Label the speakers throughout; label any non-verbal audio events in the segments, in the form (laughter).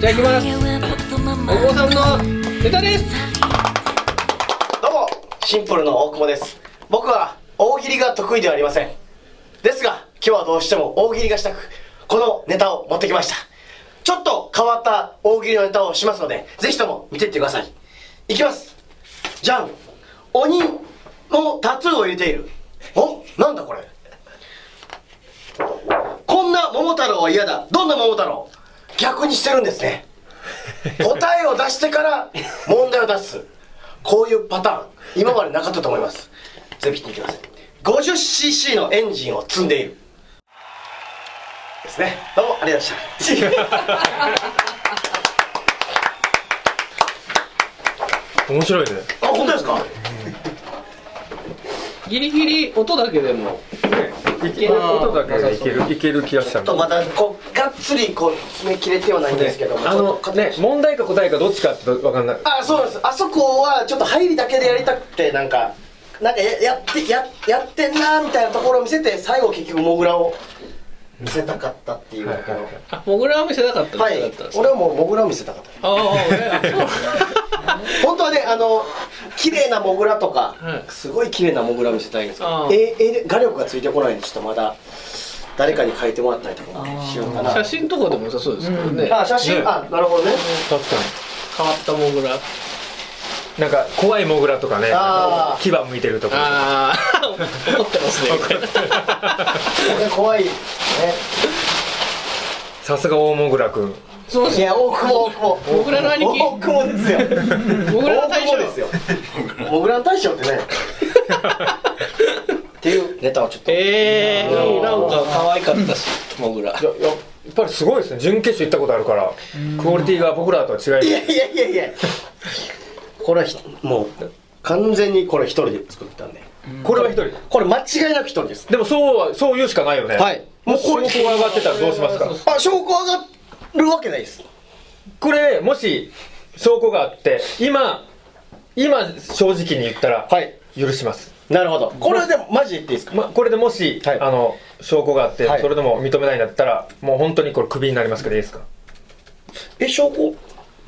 Speaker 1: ただきます大久保さんのネタです
Speaker 2: どうもシンプルの大久保です僕は大喜利が得意ではありませんですが今日はどうしても大喜利がしたくこのネタを持ってきましたちょっと変わった大喜利のネタをしますのでぜひとも見ていってくださいいきますじゃん鬼のタトゥーを入れているおなんだこれこんな桃太郎は嫌だどんな桃太郎逆にしてるんですね答えを出してから問題を出すこういうパターン今までなかったと思います全部切っていきます 50cc のエンジンを積んでいるですねどうもありがとうございました
Speaker 3: 面白いね
Speaker 2: あ本当ですか
Speaker 1: ギリギリ音だけでも
Speaker 3: いけることだけでいけるいける気がし
Speaker 2: ちょ
Speaker 3: た
Speaker 2: っとまたこうがっつりこう詰め切れてはないんですけども
Speaker 3: あ
Speaker 2: ちょっ
Speaker 3: の
Speaker 2: と
Speaker 3: ね問題か答えかどっちかって分かんない
Speaker 2: あそうなんですあそこはちょっと入りだけでやりたくてなんかなんかややってややってんなーみたいなところを見せて最後結局モグラを見せたかったっていうところ
Speaker 1: あモグラは見せなかった
Speaker 2: はい
Speaker 1: だったんです
Speaker 2: 俺はもうモグラを見せたかった
Speaker 1: ああああ
Speaker 2: 本当はねあの綺麗なモグラとか、
Speaker 1: はい
Speaker 2: すごい綺麗なモグラ見せたいんですけ
Speaker 1: あ
Speaker 2: ど
Speaker 1: ー
Speaker 2: ええ画力がついてこないんでちょっとまだ誰かに書いてもらったりとかしようかな
Speaker 1: 写真とかでも良さそうですけどね、
Speaker 2: あ写真、
Speaker 3: ね
Speaker 2: あなるほどね
Speaker 3: 確か
Speaker 1: 変わったモグラ
Speaker 3: になんか怖いモグラとかね
Speaker 2: あー
Speaker 3: 牙向いてるとか
Speaker 1: ああ怒ってますね
Speaker 4: (laughs)
Speaker 2: これ怖いね
Speaker 3: さすが大モグラ君
Speaker 1: そうです
Speaker 2: い
Speaker 1: ね
Speaker 2: や大久保大久保
Speaker 1: モグラの兄貴
Speaker 2: 大久保ですよ
Speaker 1: モグラの大将
Speaker 2: 大久保ですよモグラの大将って
Speaker 1: (laughs)
Speaker 2: ねっていうネタをちょっと
Speaker 1: ええー、なんか可愛かったしモグラ
Speaker 3: いやいややっぱりすごいですね準決勝行ったことあるからクオリティが僕らとは違
Speaker 2: い
Speaker 3: い
Speaker 2: やいやいやいやこれはひもう完全にこれ一人で作ったんで
Speaker 3: これは一人
Speaker 2: これ間違いなく一人です
Speaker 3: でもそうはそう言うしかないよね
Speaker 2: はい
Speaker 3: もうこれ証拠が上がってたらどうしますか
Speaker 2: あ証拠上がるわけないです
Speaker 3: これもし証拠があって今今正直に言ったら
Speaker 2: はい
Speaker 3: 許します、
Speaker 2: なるほどこれでもマジで言っていいですか
Speaker 3: ま、これでもし、
Speaker 2: はい
Speaker 3: あの証拠があって、
Speaker 2: はい
Speaker 3: それでも認めないんだったらもう本当にこれクビになりますけどいいですか
Speaker 2: え証拠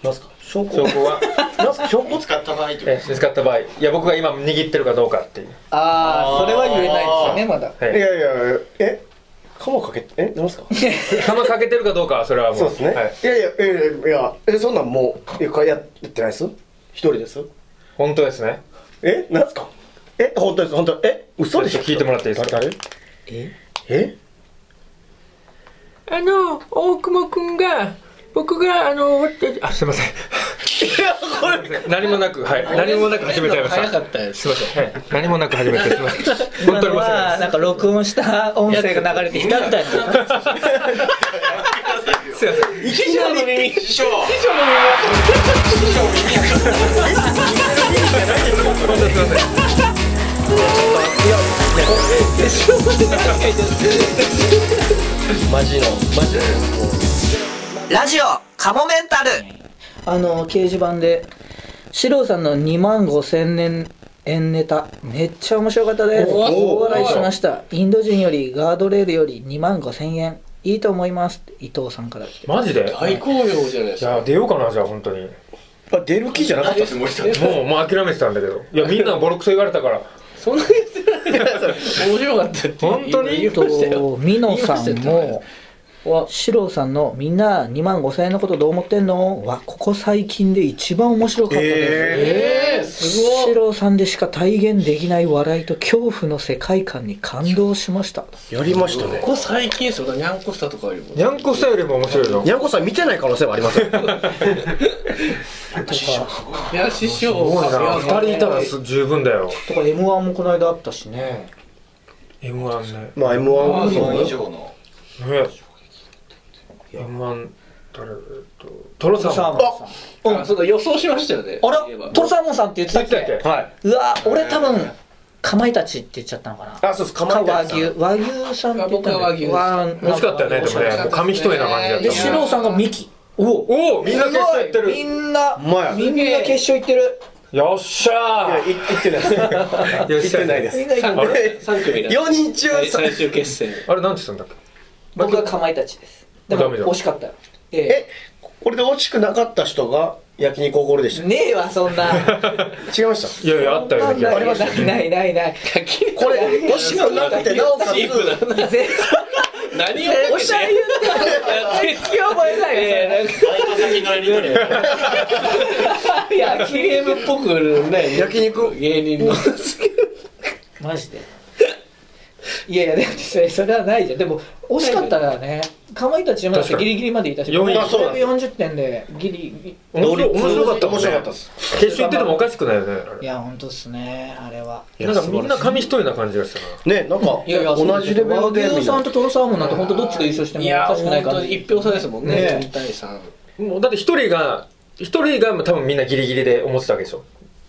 Speaker 2: なんすか証拠
Speaker 3: 証拠は
Speaker 2: なんすか (laughs) 証拠使った場合って
Speaker 3: え見つかった場合いや僕が今握ってるかどうかっていう
Speaker 4: ああそれは言えないですよねまだ
Speaker 3: はい
Speaker 2: いやいやいやえ鎌かけてえなんすか
Speaker 3: 弾かけてるかどうかはそれはもう
Speaker 2: そうですね、
Speaker 3: はい
Speaker 2: い、、やいやいやいやいやえそんなんもういややってないです一人です
Speaker 3: 本当ですね
Speaker 2: えなんすかえ本当です本当え嘘でしょ
Speaker 3: 聞いてもらっていいですか
Speaker 2: 誰え
Speaker 1: あの大久保くんが僕があの
Speaker 3: あすいません
Speaker 2: えいやこれ
Speaker 3: 何もなくはい何もなく始めちゃいました
Speaker 1: 早かったです
Speaker 3: すいません、はい、何もなく始めてすいません本当に申し訳ない
Speaker 4: はなんか録音した音声が流れてきたみたいな
Speaker 3: ですすいません
Speaker 2: いきなり
Speaker 3: 本当にすいません
Speaker 2: マジのマジの
Speaker 5: ラジオカモメンタル
Speaker 4: あの掲示板で四郎さんの2万5千年円ネタめっちゃ面白かったです
Speaker 1: おお
Speaker 4: 大笑いしましたインド人よりガードレールより2万5千円いいと思いますって伊藤さんから来て
Speaker 3: マジで
Speaker 1: 大好評じゃないです
Speaker 3: じ
Speaker 1: か
Speaker 3: ゃあ出ようかなじゃあ本当に
Speaker 2: あ出る気じゃなかったですもう一回
Speaker 3: もうもう諦めてたんだけどいやみんなボロクソ言われたから
Speaker 1: そんなに言ってない面白かったって
Speaker 3: 本当に
Speaker 1: 言いましたよ
Speaker 4: とミノさん
Speaker 1: 言いましたよ
Speaker 4: も四郎さんのみんな2万5千円のことどう思ってんのはここ最近で一番面白かったです、
Speaker 1: ええー、すご
Speaker 4: シ
Speaker 1: い
Speaker 4: ローさんでしか体現できない笑いと恐怖の世界観に感動しました
Speaker 2: やりましたね
Speaker 1: ここ最近ですよだからニャンコスタとかよりも
Speaker 3: にゃんこスタよりも面白いよ
Speaker 2: にゃんこさん見てない可能性はありますよ
Speaker 1: いや師匠
Speaker 3: すごいな
Speaker 1: さすが
Speaker 3: 2人いたらす十分だよ
Speaker 4: とか m 1もこの間あったしね
Speaker 3: m 1ね
Speaker 2: (laughs) まあ M1 はそうね
Speaker 3: ね m 1誰えっとトロサーモン
Speaker 4: あ
Speaker 1: あそうだ予想しましたよね
Speaker 4: あ
Speaker 1: そういえば
Speaker 4: れトロサーモンさんって言ってたっけ
Speaker 3: だっけ
Speaker 2: は
Speaker 4: うわ俺多分かまいたちって言っちゃったのかない
Speaker 2: あそうですか
Speaker 4: か
Speaker 2: まいた
Speaker 4: 和
Speaker 2: ち
Speaker 4: 牛和牛さんって言ったんだけど
Speaker 1: 僕は和
Speaker 3: 惜しかったよねで
Speaker 4: で
Speaker 3: もねもう紙一重な感じだった
Speaker 4: でシローさんがミキおお
Speaker 3: おおみんな決勝やってる
Speaker 4: みんな
Speaker 2: うまい
Speaker 4: みんな決勝行ってる
Speaker 3: よっし
Speaker 2: いや
Speaker 3: ゃ
Speaker 2: い言ってないです
Speaker 3: ーよっ
Speaker 2: 言っ
Speaker 3: しゃ
Speaker 2: てない
Speaker 3: ー
Speaker 2: です
Speaker 4: みんな行って
Speaker 3: あ
Speaker 4: る
Speaker 3: れ
Speaker 1: 三組だ
Speaker 2: 4人中
Speaker 1: 最
Speaker 2: さ
Speaker 1: 最終決戦
Speaker 3: あれなんて言ったんだっけ
Speaker 4: 僕はかまいたちですで
Speaker 3: ダ
Speaker 4: も
Speaker 3: メだ
Speaker 4: 惜しかったよええ
Speaker 2: え
Speaker 5: これで落ちくなかった人が焼肉おごるでした
Speaker 4: ねえわそんな
Speaker 5: 違いました
Speaker 3: いやいやあったような気が
Speaker 5: ありまし
Speaker 4: な
Speaker 5: た
Speaker 4: いないないない
Speaker 5: これ落ちくなくてなおかつ
Speaker 1: チープな
Speaker 4: 絶対
Speaker 1: 何を言
Speaker 4: 絶対言ってた聞き覚えないよそれ
Speaker 6: バイト先のやり取り
Speaker 4: いや
Speaker 1: ゲームっぽくね
Speaker 5: 焼肉
Speaker 1: 芸人の
Speaker 4: マジでいやいやでもそれそれはないじゃんでも惜しかったからねかまいたちまだ
Speaker 3: 確かに
Speaker 4: ギリギリまでいたし
Speaker 3: 四位
Speaker 4: 僕
Speaker 5: あそうなんです
Speaker 4: 40点でギリ
Speaker 3: 面白面白かったも
Speaker 5: 面
Speaker 3: ん
Speaker 5: 白か
Speaker 3: ね
Speaker 5: ったです
Speaker 3: 決勝行っててもおかしくないよねあ
Speaker 4: いや本当っすねあれは
Speaker 3: れなんかみんな紙一重な感じがした
Speaker 5: ねなんか
Speaker 4: いやいや
Speaker 5: 同じレベルで
Speaker 4: 和
Speaker 5: み
Speaker 4: 牛
Speaker 5: ん
Speaker 4: さ
Speaker 5: なん
Speaker 4: ととろサーモンなんて本当どっちが優勝しても
Speaker 1: い
Speaker 4: お
Speaker 1: や
Speaker 4: かしくない
Speaker 1: 本
Speaker 4: 感
Speaker 1: 当
Speaker 4: じ
Speaker 1: に一票差ですもん
Speaker 4: ね
Speaker 1: ね4対3
Speaker 3: なもうだって一人が一人が多分みんなギリギリで思ってたわけでしょ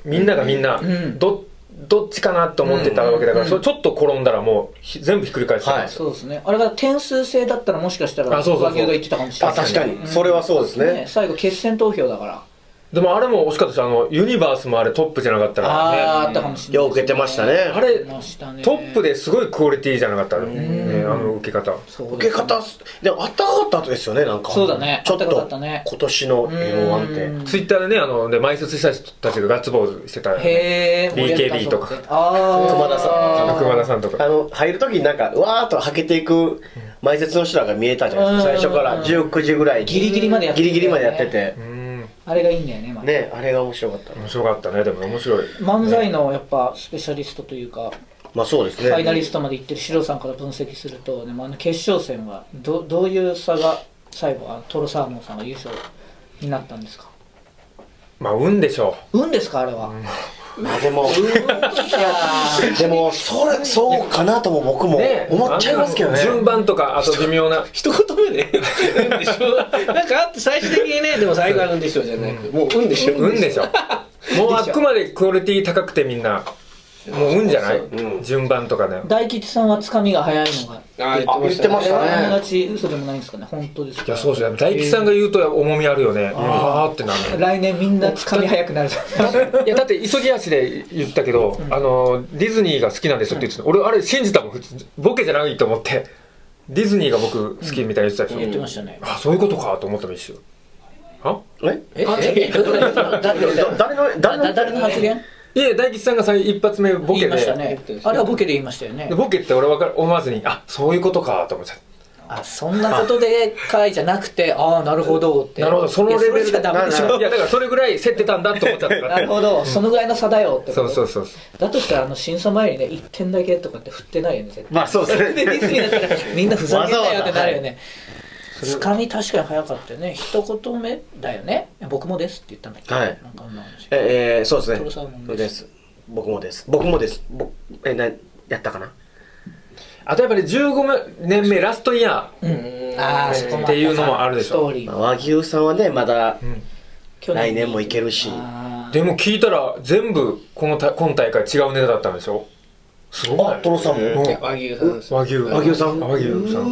Speaker 3: みんながみんな、
Speaker 4: ん
Speaker 3: どどっちかなと思ってたわけだから、
Speaker 4: うん
Speaker 3: それちょっと転んだらもうひ全部ひっくり返した、
Speaker 5: はい
Speaker 4: そうですねあれが点数制だったらもしかしたら和
Speaker 3: あそうそうそう
Speaker 4: 牛が言ってたかもしれ
Speaker 5: あ
Speaker 4: ない
Speaker 5: 確かにそれはそうです
Speaker 4: ね
Speaker 5: ね
Speaker 4: 最後決選投票だから
Speaker 3: でもあれも惜しかったしあのユニバースもあれトップじゃなかったから、ね、
Speaker 4: あーあったかもしれない
Speaker 5: よう受けてましたね
Speaker 3: あれ
Speaker 4: ましたね
Speaker 3: トップですごいクオリティじゃなかった、ね、あの受け方
Speaker 4: そう
Speaker 5: 受け方っすでもあったかかった後ですよねなんか
Speaker 4: そうだね
Speaker 5: ちょっ
Speaker 4: あったかか
Speaker 5: と
Speaker 4: ったね
Speaker 5: 今年の m 1って
Speaker 3: ツイッターでねあので埋設した人たちがガッツポーズしてたよね
Speaker 4: へえ
Speaker 3: BKB とか
Speaker 4: ああ
Speaker 5: 熊田さん
Speaker 3: 熊田さんと
Speaker 5: あ
Speaker 3: か
Speaker 5: の入る時になんかわーっとはけていく前説の人らが見えたじゃないですか
Speaker 4: うん
Speaker 5: 最初から19時ぐらいに
Speaker 4: ギリギリまでやって
Speaker 5: ギ
Speaker 4: た
Speaker 5: リ
Speaker 4: よね
Speaker 5: ギリまでやってて
Speaker 3: うん
Speaker 4: あれがいいんだよね、まあ、
Speaker 5: ねあれが面白かった
Speaker 3: 面白かったねでも面白い
Speaker 4: 漫才のやっぱスペシャリストというか、
Speaker 5: まあそうですね
Speaker 4: ファイナリストまで行ってるシロさんから分析するとでもあの決勝戦はどどういう差が最後あのトロサーモンさんが優勝になったんですか
Speaker 3: まあ運でしょ
Speaker 4: 運ですかあれは、
Speaker 5: まあでもでもそれそうかなとも僕
Speaker 3: う
Speaker 5: も思っちゃいますけどね
Speaker 3: あの順番とかあと微妙な
Speaker 1: 一言目で「うんでし (laughs) ょ」なんかあって最終的にねでも最後は「うんでしょ」じゃなくてもう「うんでしょ」
Speaker 3: 運 (laughs) でしょもうあくまでクオリティ高くてみんなもう運じゃない、
Speaker 5: うん
Speaker 3: 順番とかね
Speaker 4: 大吉さんはつかみが早いのが
Speaker 1: あー
Speaker 5: 言ってま
Speaker 4: あ
Speaker 5: し
Speaker 4: れは
Speaker 5: た
Speaker 4: あなが
Speaker 5: ね
Speaker 4: ち嘘でもないんですかね本当ですか
Speaker 3: いやそうですね大吉さんが言うと重みあるよね、あーってなる
Speaker 4: 来年みんなつかみ早くなる
Speaker 3: (laughs) いやだって急ぎ足で言ったけど、あのディズニーが好きなんですよって言ってた、俺あれ信じたもん普通ボケじゃないと思ってディズニーが僕好きみたいに言ってたでしょ、
Speaker 4: 言ってましたね
Speaker 3: あそういうことかと思ったの一瞬あ
Speaker 5: え
Speaker 1: ええ
Speaker 5: 誰の誰の誰の
Speaker 4: 誰の発言
Speaker 3: いや大吉さんが最一発目ボ
Speaker 4: 言
Speaker 3: ケ
Speaker 4: いました
Speaker 3: で、
Speaker 4: ねあれはボケで言いましたよね
Speaker 3: でボケって俺わかる思わずにあそういうことかと思っちゃった
Speaker 4: あそんなことで会じゃなくてああなるほどって
Speaker 3: なるほどそのレ
Speaker 4: いやそ
Speaker 3: ベル
Speaker 4: れしかダメでしょ
Speaker 3: いやだからそれぐらい競ってたんだと思っちゃったか
Speaker 4: なる
Speaker 3: ら
Speaker 4: ほ
Speaker 3: (laughs)
Speaker 4: どそのぐらいの差だよってこ
Speaker 3: そ
Speaker 4: と
Speaker 3: うそうそうそう
Speaker 4: だとしたらあの審査前にね1点だけとかって振ってないよね絶対
Speaker 5: まあそうです
Speaker 4: (laughs) でディズニーだったらみんなふざけんなよってなるよね
Speaker 3: ざ
Speaker 4: つかみ確かに早かったよね一言目だよね僕もですって言ったんだっけ、
Speaker 5: はい
Speaker 4: なんかあんな話
Speaker 5: ええー、そうですね。
Speaker 4: トロサーモンです
Speaker 5: そうです。僕もです。僕もです。僕えなやったかな。
Speaker 3: あとやっぱり15年目ラストイヤー
Speaker 4: ああそこもあた
Speaker 3: っていうのもあるでしょ
Speaker 4: ストーリー
Speaker 5: まあ
Speaker 4: も
Speaker 5: 和牛さんはねまだ
Speaker 4: 去
Speaker 5: 来年もいけるし、
Speaker 4: あ
Speaker 3: でも聞いたら全部このた今大会違うネタだったんでしょすごくない
Speaker 5: あトロサーモン
Speaker 3: うん
Speaker 1: 和牛さんです
Speaker 3: 和牛
Speaker 5: 和牛さん
Speaker 3: 和牛さん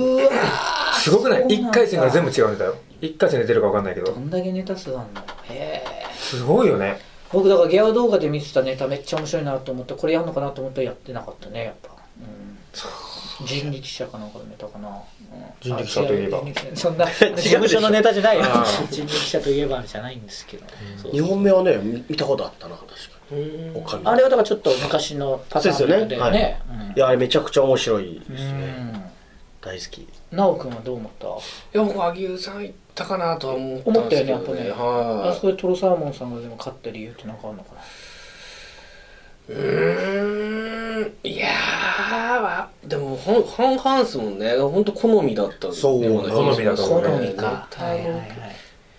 Speaker 3: すごくな
Speaker 4: そうな
Speaker 3: い
Speaker 4: んだ
Speaker 3: 1回戦から全部違うネタよ1回戦出てるか分かんないけ
Speaker 4: ー
Speaker 3: ど
Speaker 4: どんだけネタ数あんのへえ
Speaker 3: すごいよね
Speaker 4: 僕だからギャオ動画で見てたネタめっちゃ面白いなと思ってこれやるのかなと思ったらやってなかったねやっぱ、うん、人力車かなんかのネタかな、うん
Speaker 3: 人力車といえば
Speaker 4: あ違う人力車そんな事務所のネタじゃないよ
Speaker 3: あ
Speaker 4: 人力車といえばじゃないんですけど、そう
Speaker 5: 二本目はね見見たことあったな確かに。おかみ。
Speaker 4: あれはだからちょっと昔のパターン
Speaker 5: そうで
Speaker 4: だ
Speaker 5: す
Speaker 4: よ
Speaker 5: よね
Speaker 4: ね
Speaker 5: いやあれめちゃくちゃ面白いです
Speaker 4: うん
Speaker 5: ね。大好き。
Speaker 4: なおくんはどう思った
Speaker 1: いや僕和牛さん行ったかなとは思った
Speaker 4: 思
Speaker 1: ん
Speaker 4: っ
Speaker 1: で
Speaker 4: た
Speaker 1: す
Speaker 4: よ
Speaker 1: け
Speaker 4: ね
Speaker 1: ど
Speaker 4: やっぱねあ
Speaker 1: は
Speaker 4: そこでトロサーモンさんがでも勝った理由って何かあるのかない
Speaker 1: うんいやーわでもほん半々っすもんね本当好みだったんですよね
Speaker 5: そうね
Speaker 3: 好みだと思うね
Speaker 1: 好みか
Speaker 4: はいはいはい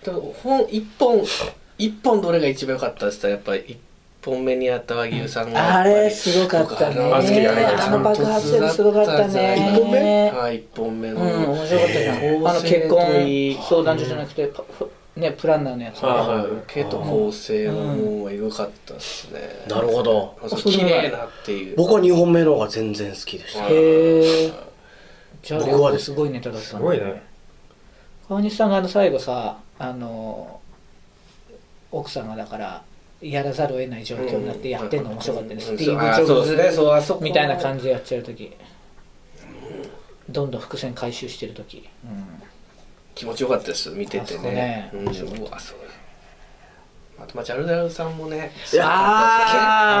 Speaker 1: でも本一本一本どれが一番良かったですかやっぱり一本目にあった和牛さんがやっぱ
Speaker 4: あ
Speaker 1: り
Speaker 4: れすごかったね。
Speaker 1: 僕
Speaker 3: あ好きだね
Speaker 4: あの爆発力すごかったね。
Speaker 1: 一
Speaker 5: 本目
Speaker 1: はい一本目
Speaker 4: う
Speaker 1: の
Speaker 4: ん、面白かったじゃん。あの結婚相談所じゃなくて、パフね、プランナーのやつ。
Speaker 1: はいはい受けと構成はもうエグかったですね
Speaker 5: なるほど。
Speaker 1: その綺麗なっていう
Speaker 5: 僕は二本目の方が全然好きでした。
Speaker 4: へえ。じゃあ、
Speaker 5: 僕はです
Speaker 4: ごいネタだった
Speaker 3: す
Speaker 4: ね
Speaker 3: ごいね
Speaker 4: 川西さんがあの最後さあの奥様だからやらざるを得ない状況になってやってんの面白かったね、スティーブ・ジョブズ、みたいな感じでやっちゃう時どんどん伏線回収してる時、うん、
Speaker 1: 気持ちよかったです見ててね、
Speaker 4: あそううん
Speaker 1: うわそうあとまあジャルジャルさんもね
Speaker 5: いや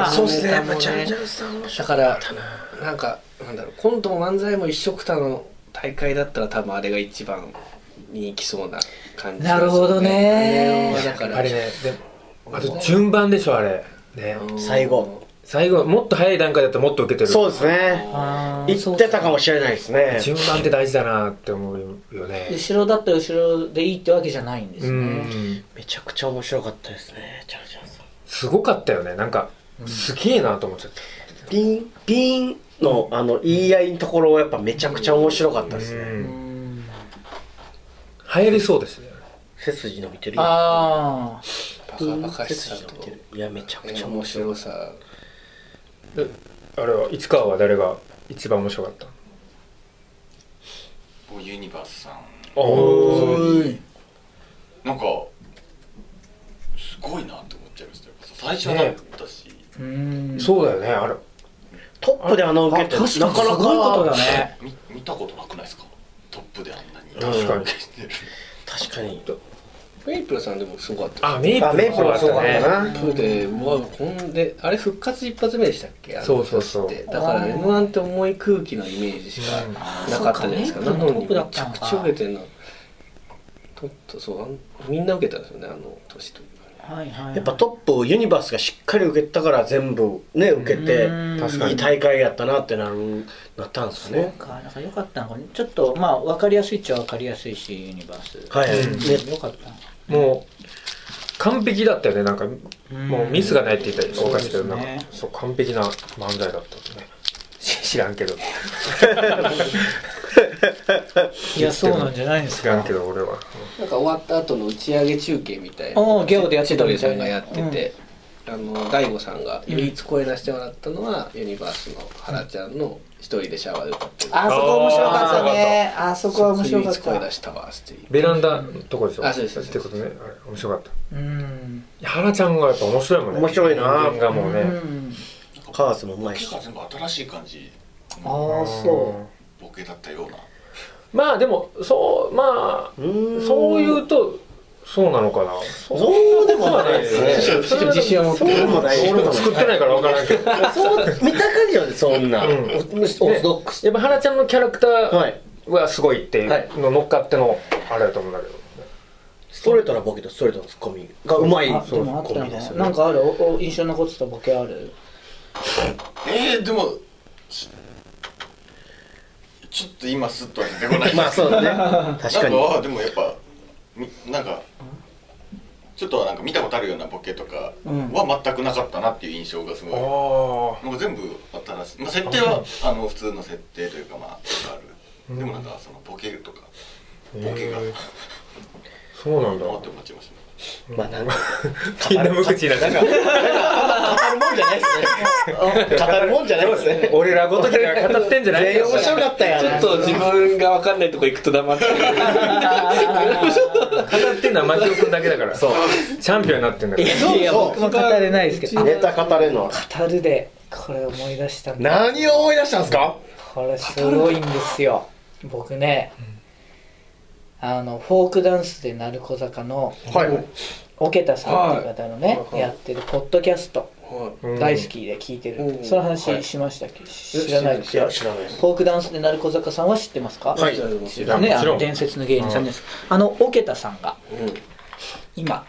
Speaker 1: あ
Speaker 5: そうっすねやっぱジャルジャ
Speaker 1: だ
Speaker 5: ルさんも
Speaker 1: からなんかなんだろうコントも漫才も一緒くたの大会だったら多分あれが一番に行きそうな感じ
Speaker 4: なるほどね
Speaker 1: あれはだから
Speaker 3: あれねでもあと順番でしょあれね
Speaker 1: うん
Speaker 5: 最後
Speaker 3: 最後もっと早い段階だったらもっと受けてる
Speaker 5: そうですね
Speaker 4: あー
Speaker 5: 言ってたかもしれないですね
Speaker 3: 順番って大事だなって思うよね
Speaker 4: 後ろだったら後ろでいいってわけじゃないんです
Speaker 3: う
Speaker 4: ね、
Speaker 3: ん
Speaker 5: めちゃくちゃ面白かったですねチャルジャルさん
Speaker 3: すごかったよねなんかすげえなと思っちゃった
Speaker 5: ピンピンのあの言い合いのところはやっぱめちゃくちゃ面白かったですね、
Speaker 3: うん流行りそうですね
Speaker 5: 背筋伸びてるよ
Speaker 4: ああ
Speaker 1: バカバカしさ
Speaker 5: 背筋伸び
Speaker 1: と
Speaker 5: てるいやめちゃくちゃ面
Speaker 1: 面
Speaker 5: 白い
Speaker 1: 白さ
Speaker 3: であれは市川は誰が一番面白かった
Speaker 6: ユニバースさん
Speaker 3: お
Speaker 6: なんかすごいなって思っちゃいましたよ最初はなかったし、
Speaker 4: うん
Speaker 3: そうだよねあれ
Speaker 5: トップで穴を受け
Speaker 4: 確
Speaker 5: て
Speaker 4: かにすごいことだね
Speaker 6: み見たことなくないですかトップであんなに
Speaker 3: 確かに
Speaker 6: してる
Speaker 5: 確かに
Speaker 1: メイプルさんでもすごかった
Speaker 3: あメイプ
Speaker 5: あメイ
Speaker 3: ル
Speaker 5: プル
Speaker 3: も
Speaker 5: は
Speaker 3: そ
Speaker 5: そうう
Speaker 3: だ
Speaker 5: だ
Speaker 3: っ
Speaker 5: ったた
Speaker 3: ね
Speaker 5: な
Speaker 1: プーでうわこんであれ復活一発目でしたっけあの
Speaker 3: そうそうそう
Speaker 1: 人ってだから
Speaker 4: あー
Speaker 1: m 1って重い空気のイメージしか
Speaker 3: うん
Speaker 1: なかったじゃないですか
Speaker 4: あー
Speaker 1: な
Speaker 4: そう
Speaker 1: の
Speaker 4: か
Speaker 1: に
Speaker 4: ト
Speaker 1: めちゃ
Speaker 4: ップだったのか
Speaker 1: くちゃ受けてんなとっとそうあんみんな受けたんですよねあの年というかね
Speaker 4: はいはいはい
Speaker 5: やっぱトップをユニバースがしっかり受けたから全部ね受けて
Speaker 4: うん
Speaker 3: 確かに
Speaker 5: いい大会やったなってなるなったんです
Speaker 4: そう
Speaker 5: ね
Speaker 4: かなんか良かったのかねちょっとまあ分かりやすいっちゃ分かりやすいしユニバース
Speaker 5: はい、
Speaker 3: うん
Speaker 5: ね
Speaker 4: 良かった
Speaker 3: もう完璧だったよねなんかもうミスがないって言ったらおかしいけど
Speaker 4: そう
Speaker 3: なん
Speaker 4: です
Speaker 3: か
Speaker 4: ね
Speaker 3: そう完璧な漫才だったよねし知らんけど
Speaker 4: いやそうなんじゃないんです
Speaker 3: 知らん
Speaker 4: か
Speaker 3: けど俺は
Speaker 1: なんか終わった後の打ち上げ中継みたいな
Speaker 4: おーゲオでやって
Speaker 1: 千
Speaker 4: たみ
Speaker 1: 鳥
Speaker 4: た
Speaker 1: さ
Speaker 4: いなん
Speaker 1: がやってて、あの大悟さんが唯一声出してもらったのは、ユニバースの原ちゃんの「一人でシャワーで歌ってる」
Speaker 4: あそこ面白かったねあそこは面白かっ
Speaker 1: 唯一声
Speaker 4: た
Speaker 1: 出したわ」っていう
Speaker 3: ベランダのとこでしょ
Speaker 1: あそうですそうです
Speaker 3: ってことねあれ面白かった
Speaker 4: うん
Speaker 3: 原ちゃんがやっぱ面白いもんね
Speaker 5: 面白いな
Speaker 3: 人間がもう
Speaker 4: う
Speaker 3: ね
Speaker 4: ん
Speaker 5: カースもうまいし
Speaker 6: 結果全部新しい感じ
Speaker 4: ああそう
Speaker 6: ボケだったような
Speaker 3: まあでもそうまあ
Speaker 5: うーん
Speaker 3: そう言うとそうなのかな
Speaker 5: そうでもないですね
Speaker 1: ちょっと自信を持って
Speaker 5: そうでもない
Speaker 3: 俺も作ってないから分からんけどや
Speaker 5: そう見た感じはねそんな、
Speaker 3: うん
Speaker 5: オスオーソドックス
Speaker 3: っぱ原ちゃんのキャラクタ
Speaker 5: は
Speaker 3: ー
Speaker 5: い
Speaker 3: はすごいっていうの乗っかってのあれだと思うんだけど
Speaker 5: ストレートなボケとストレートのツッコミがうまい
Speaker 4: あでもあっ
Speaker 5: コ
Speaker 4: た
Speaker 5: ンビです
Speaker 4: の
Speaker 5: よ
Speaker 4: な
Speaker 5: ね
Speaker 4: んかあるおお印象に残ってたボケある
Speaker 6: えー、でもしちょっと今スッとは出てこない
Speaker 5: まあそうだね確かに
Speaker 6: なんかあーでもやっぱみなんかちょっとなんか見たことあるようなボケとかは全くなかったなっていう印象がすごい、
Speaker 3: あ
Speaker 6: なんか全部新しい、まあ、設定はあの普通の設定というかまああるでもなんかそのボケとかボケが
Speaker 3: へ
Speaker 6: 回
Speaker 3: ー
Speaker 6: って
Speaker 3: そうなんだ
Speaker 6: 思っちゃいましたね
Speaker 5: まあなんか
Speaker 3: みんな無口だな
Speaker 5: 語るもんじゃないですね語るもんじゃないですね
Speaker 3: 俺らごときが語ってんじゃない
Speaker 5: 全員面白かったやん
Speaker 1: ちょっと自分が分かんないとこ行くと黙ってる
Speaker 3: 語ってんのは牧くんだけだからそうチャンピオンになってんだから
Speaker 5: そう
Speaker 4: いや僕も語れないですけど
Speaker 5: ネタ語れるのは
Speaker 4: 語るでこれ思い出したんだ
Speaker 5: 何を思い出したんですか
Speaker 4: これすごいんですよ僕ね、あのフォークダンスで鳴子坂の
Speaker 5: はい
Speaker 4: 桶田さんっていう方のね、
Speaker 1: はい
Speaker 4: やってるポッドキャスト
Speaker 3: うん
Speaker 4: 大好きで聞いてる、
Speaker 1: うん
Speaker 4: その
Speaker 1: は
Speaker 4: 話
Speaker 1: い
Speaker 4: しましたっけ、知らないです
Speaker 5: いや
Speaker 4: よ
Speaker 5: 知らないです
Speaker 4: フォークダンスで鳴子坂さんは知ってますか、
Speaker 5: はい
Speaker 1: 知らん
Speaker 4: ね、
Speaker 3: も
Speaker 4: あ
Speaker 3: ちろん
Speaker 4: の伝説の芸人さんです、あの桶田さんが
Speaker 1: うん
Speaker 4: 今、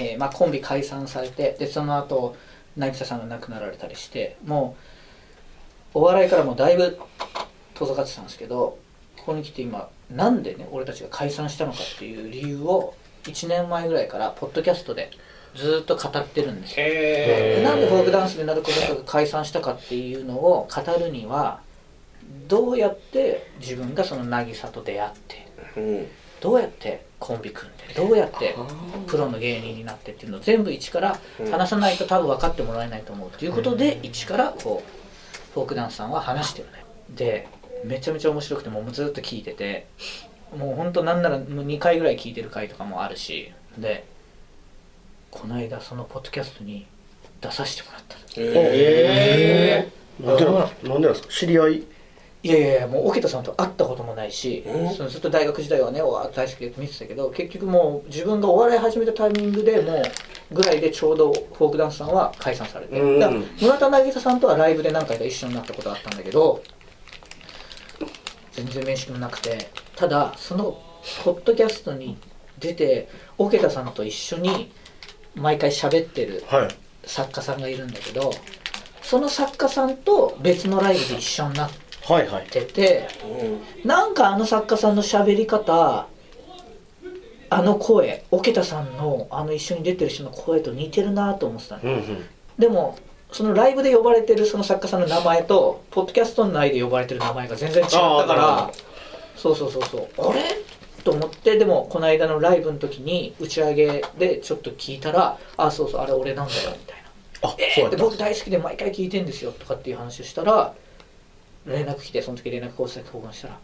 Speaker 4: えーまあ、コンビ解散されてでその後渚さんが亡くなられたりしてもうお笑いからもうだいぶ遠ざかってたんですけどここに来て今なんでね俺たちが解散したのかっていう理由を1年前ぐらいからポッドキャストでずっと語ってるんですよ
Speaker 1: え
Speaker 4: なんでフォークダンスで鳴子坂が解散したかっていうのを語るにはどうやって自分がその渚と出会って
Speaker 1: ーうん
Speaker 4: どうやってコンビ組んでどうやってプロの芸人になってっていうのを全部一から話さないと多分分かってもらえないと思うっていうことで一からこうフォークダンスさんは話してるねでめちゃめちゃ面白くてもうずっと聞いててもうほんとなんならもう2回ぐらい聞いてる回とかもあるしでこの間そのポッドキャストに出させてもらったの
Speaker 1: え
Speaker 5: えなんでなんなんでなんですか知り合い
Speaker 4: いやいやいやもう桶田さんと会ったこともないし、
Speaker 1: うん
Speaker 4: そのずっと大学時代はねわーっと大好きで見てたけど結局もう自分がお笑い始めたタイミングでもうぐらいでちょうどフォークダンスさんは解散されて、
Speaker 5: うん
Speaker 4: だから村田渚さんとはライブで何回か一緒になったことあったんだけど全然面識もなくてただそのポッドキャストに出て桶田さんと一緒に毎回喋ってる
Speaker 5: はい
Speaker 4: 作家さんがいるんだけどその作家さんと別のライブで一緒になっ
Speaker 5: はいはい
Speaker 4: ててなんかあの作家さんの喋り方あの声桶田さんのあの一緒に出てる人の声と似てるなと思ってたの
Speaker 5: うんうん
Speaker 4: でもそのライブで呼ばれてるその作家さんの名前とポッドキャスト内で呼ばれてる名前が全然違った
Speaker 5: あ
Speaker 4: か
Speaker 5: ーなるほ
Speaker 4: らそうそうそうそうあれと思ってでもこの間のライブの時に打ち上げでちょっと聞いたら「あそうそうあれ俺なんだよ」みたいな。
Speaker 5: あ
Speaker 4: えー
Speaker 5: そうや
Speaker 4: って
Speaker 5: っ
Speaker 4: 僕大好きで毎回聞いてんですよとかっていう話をしたら連絡来てその時連絡交際交換したら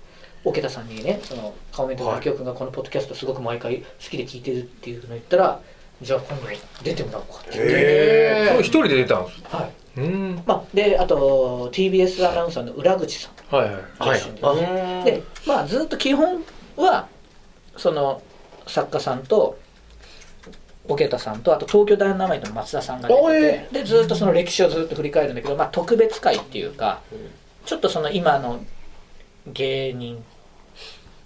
Speaker 4: 桶田さんにねその顔面とか京君がこのポッドキャストすごく毎回好きで聞いてるっていうのを言ったらじゃあ今度出てもらおうかって言って、
Speaker 3: これ一人で出たんです
Speaker 4: はい
Speaker 3: うん
Speaker 4: まあ、であと TBS アナウンサーの裏口さん
Speaker 3: はいはい
Speaker 5: たはいあ
Speaker 4: でまあずっと基本はその作家さんと桶田さんとあと東京ダイナマイトの松田さんが出て
Speaker 5: お
Speaker 4: てでずっとその歴史をずっと振り返るんだけど、まあ、特別会っていうかちょっとその今の芸人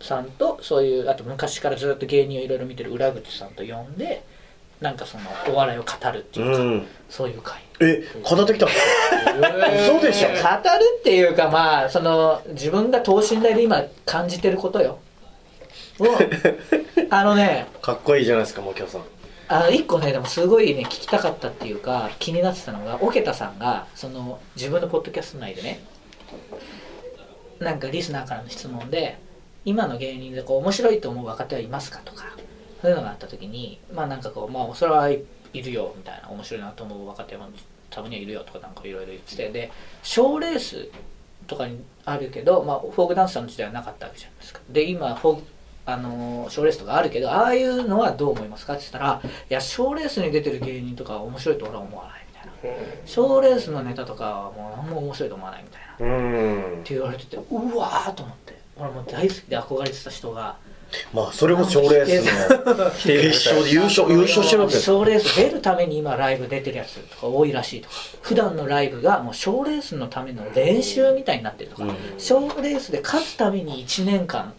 Speaker 4: さんとそういうあと昔からずっと芸人をいろいろ見てる裏口さんと呼んでなんかそのお笑いを語るっていうか、
Speaker 5: うん
Speaker 4: そういう会。
Speaker 5: えこんな時だ嘘でしょ
Speaker 4: 語るっていうかまあその自分が等身大で今感じてることよをあのね
Speaker 5: かっこいいじゃないですかもう今日さん
Speaker 4: あの一個ねでもすごいね聞きたかったっていうか気になってたのが桶田さんがその自分のポッドキャスト内でねなんかリスナーからの質問で今の芸人でこう面白いと思う若手はいますかとかそういうのがあった時にまあなんかこうまあそれはいいるよみたいな面白いなと思う若手もたまにはいるよとかなんかいろいろ言っててで賞ーレースとかにあるけど、まあ、フォークダンサーの時代はなかったわけじゃないですかで今フォークあのー賞ーレースとかあるけどああいうのはどう思いますかって言ったら「いや賞ーレースに出てる芸人とかは面白いと俺は思わない」みたいな「賞ーレースのネタとかはもう何も面白いと思わない」みたいな
Speaker 5: うん
Speaker 4: って言われててうわーと思って俺もう大好きで憧れてた人が
Speaker 5: まあそれこそ賞レースの決勝で優勝優勝してるわけです
Speaker 4: 賞レース出るために今ライブ出てるやつとか多いらしいとか普段のライブがもう賞レースのための練習みたいになってるとか賞、レースで勝つために1年間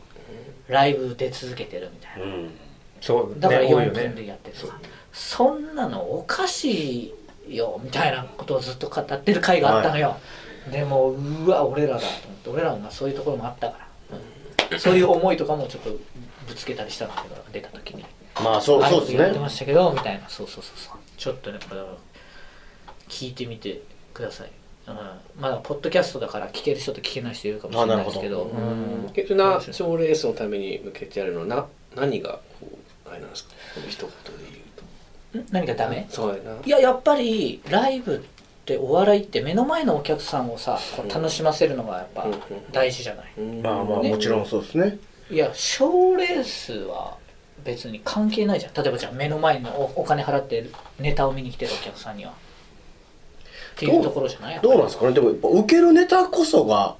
Speaker 4: ライブ出続けてるみたいな
Speaker 5: うん
Speaker 3: そうね
Speaker 4: だから
Speaker 3: 多いよ
Speaker 4: 4
Speaker 3: ね
Speaker 4: 分でやってるとか、そんなのおかしいよみたいなことをずっと語ってる回があったのよ、でもうわ俺らだと思って俺らもまあそういうところもあったから、そういう思いとかもちょっとぶつけたりしたんだけど出た時に
Speaker 5: まあそう
Speaker 4: ああい
Speaker 5: そ
Speaker 4: こ
Speaker 5: う
Speaker 4: と
Speaker 5: です
Speaker 4: 言って
Speaker 5: ね
Speaker 4: ましたけどみたいなそうそうそうそうちょっとねこれは聞いてみてください、うん、まだポッドキャストだから聞ける人と聞けない人いるかもしれないですけど
Speaker 5: あ
Speaker 4: う
Speaker 1: うん
Speaker 4: ん
Speaker 1: 結局な賞レースのために向けてやるのはな何がこうあれなんですかこの一言で言うと
Speaker 4: 何かダメ
Speaker 1: そうやない
Speaker 4: ややっぱりライブってお笑いって目の前のお客さんをさこう楽しませるのがやっぱ
Speaker 1: うん
Speaker 4: 大事じゃない
Speaker 1: うん
Speaker 5: まあまあもちろんそうですね
Speaker 4: いや賞レースは別に関係ないじゃん例えばじゃあ目の前のおお金払ってネタを見に来てるお客さんにはっていうところじゃない
Speaker 5: どうなんですかねでもやっぱ受けるネタこそが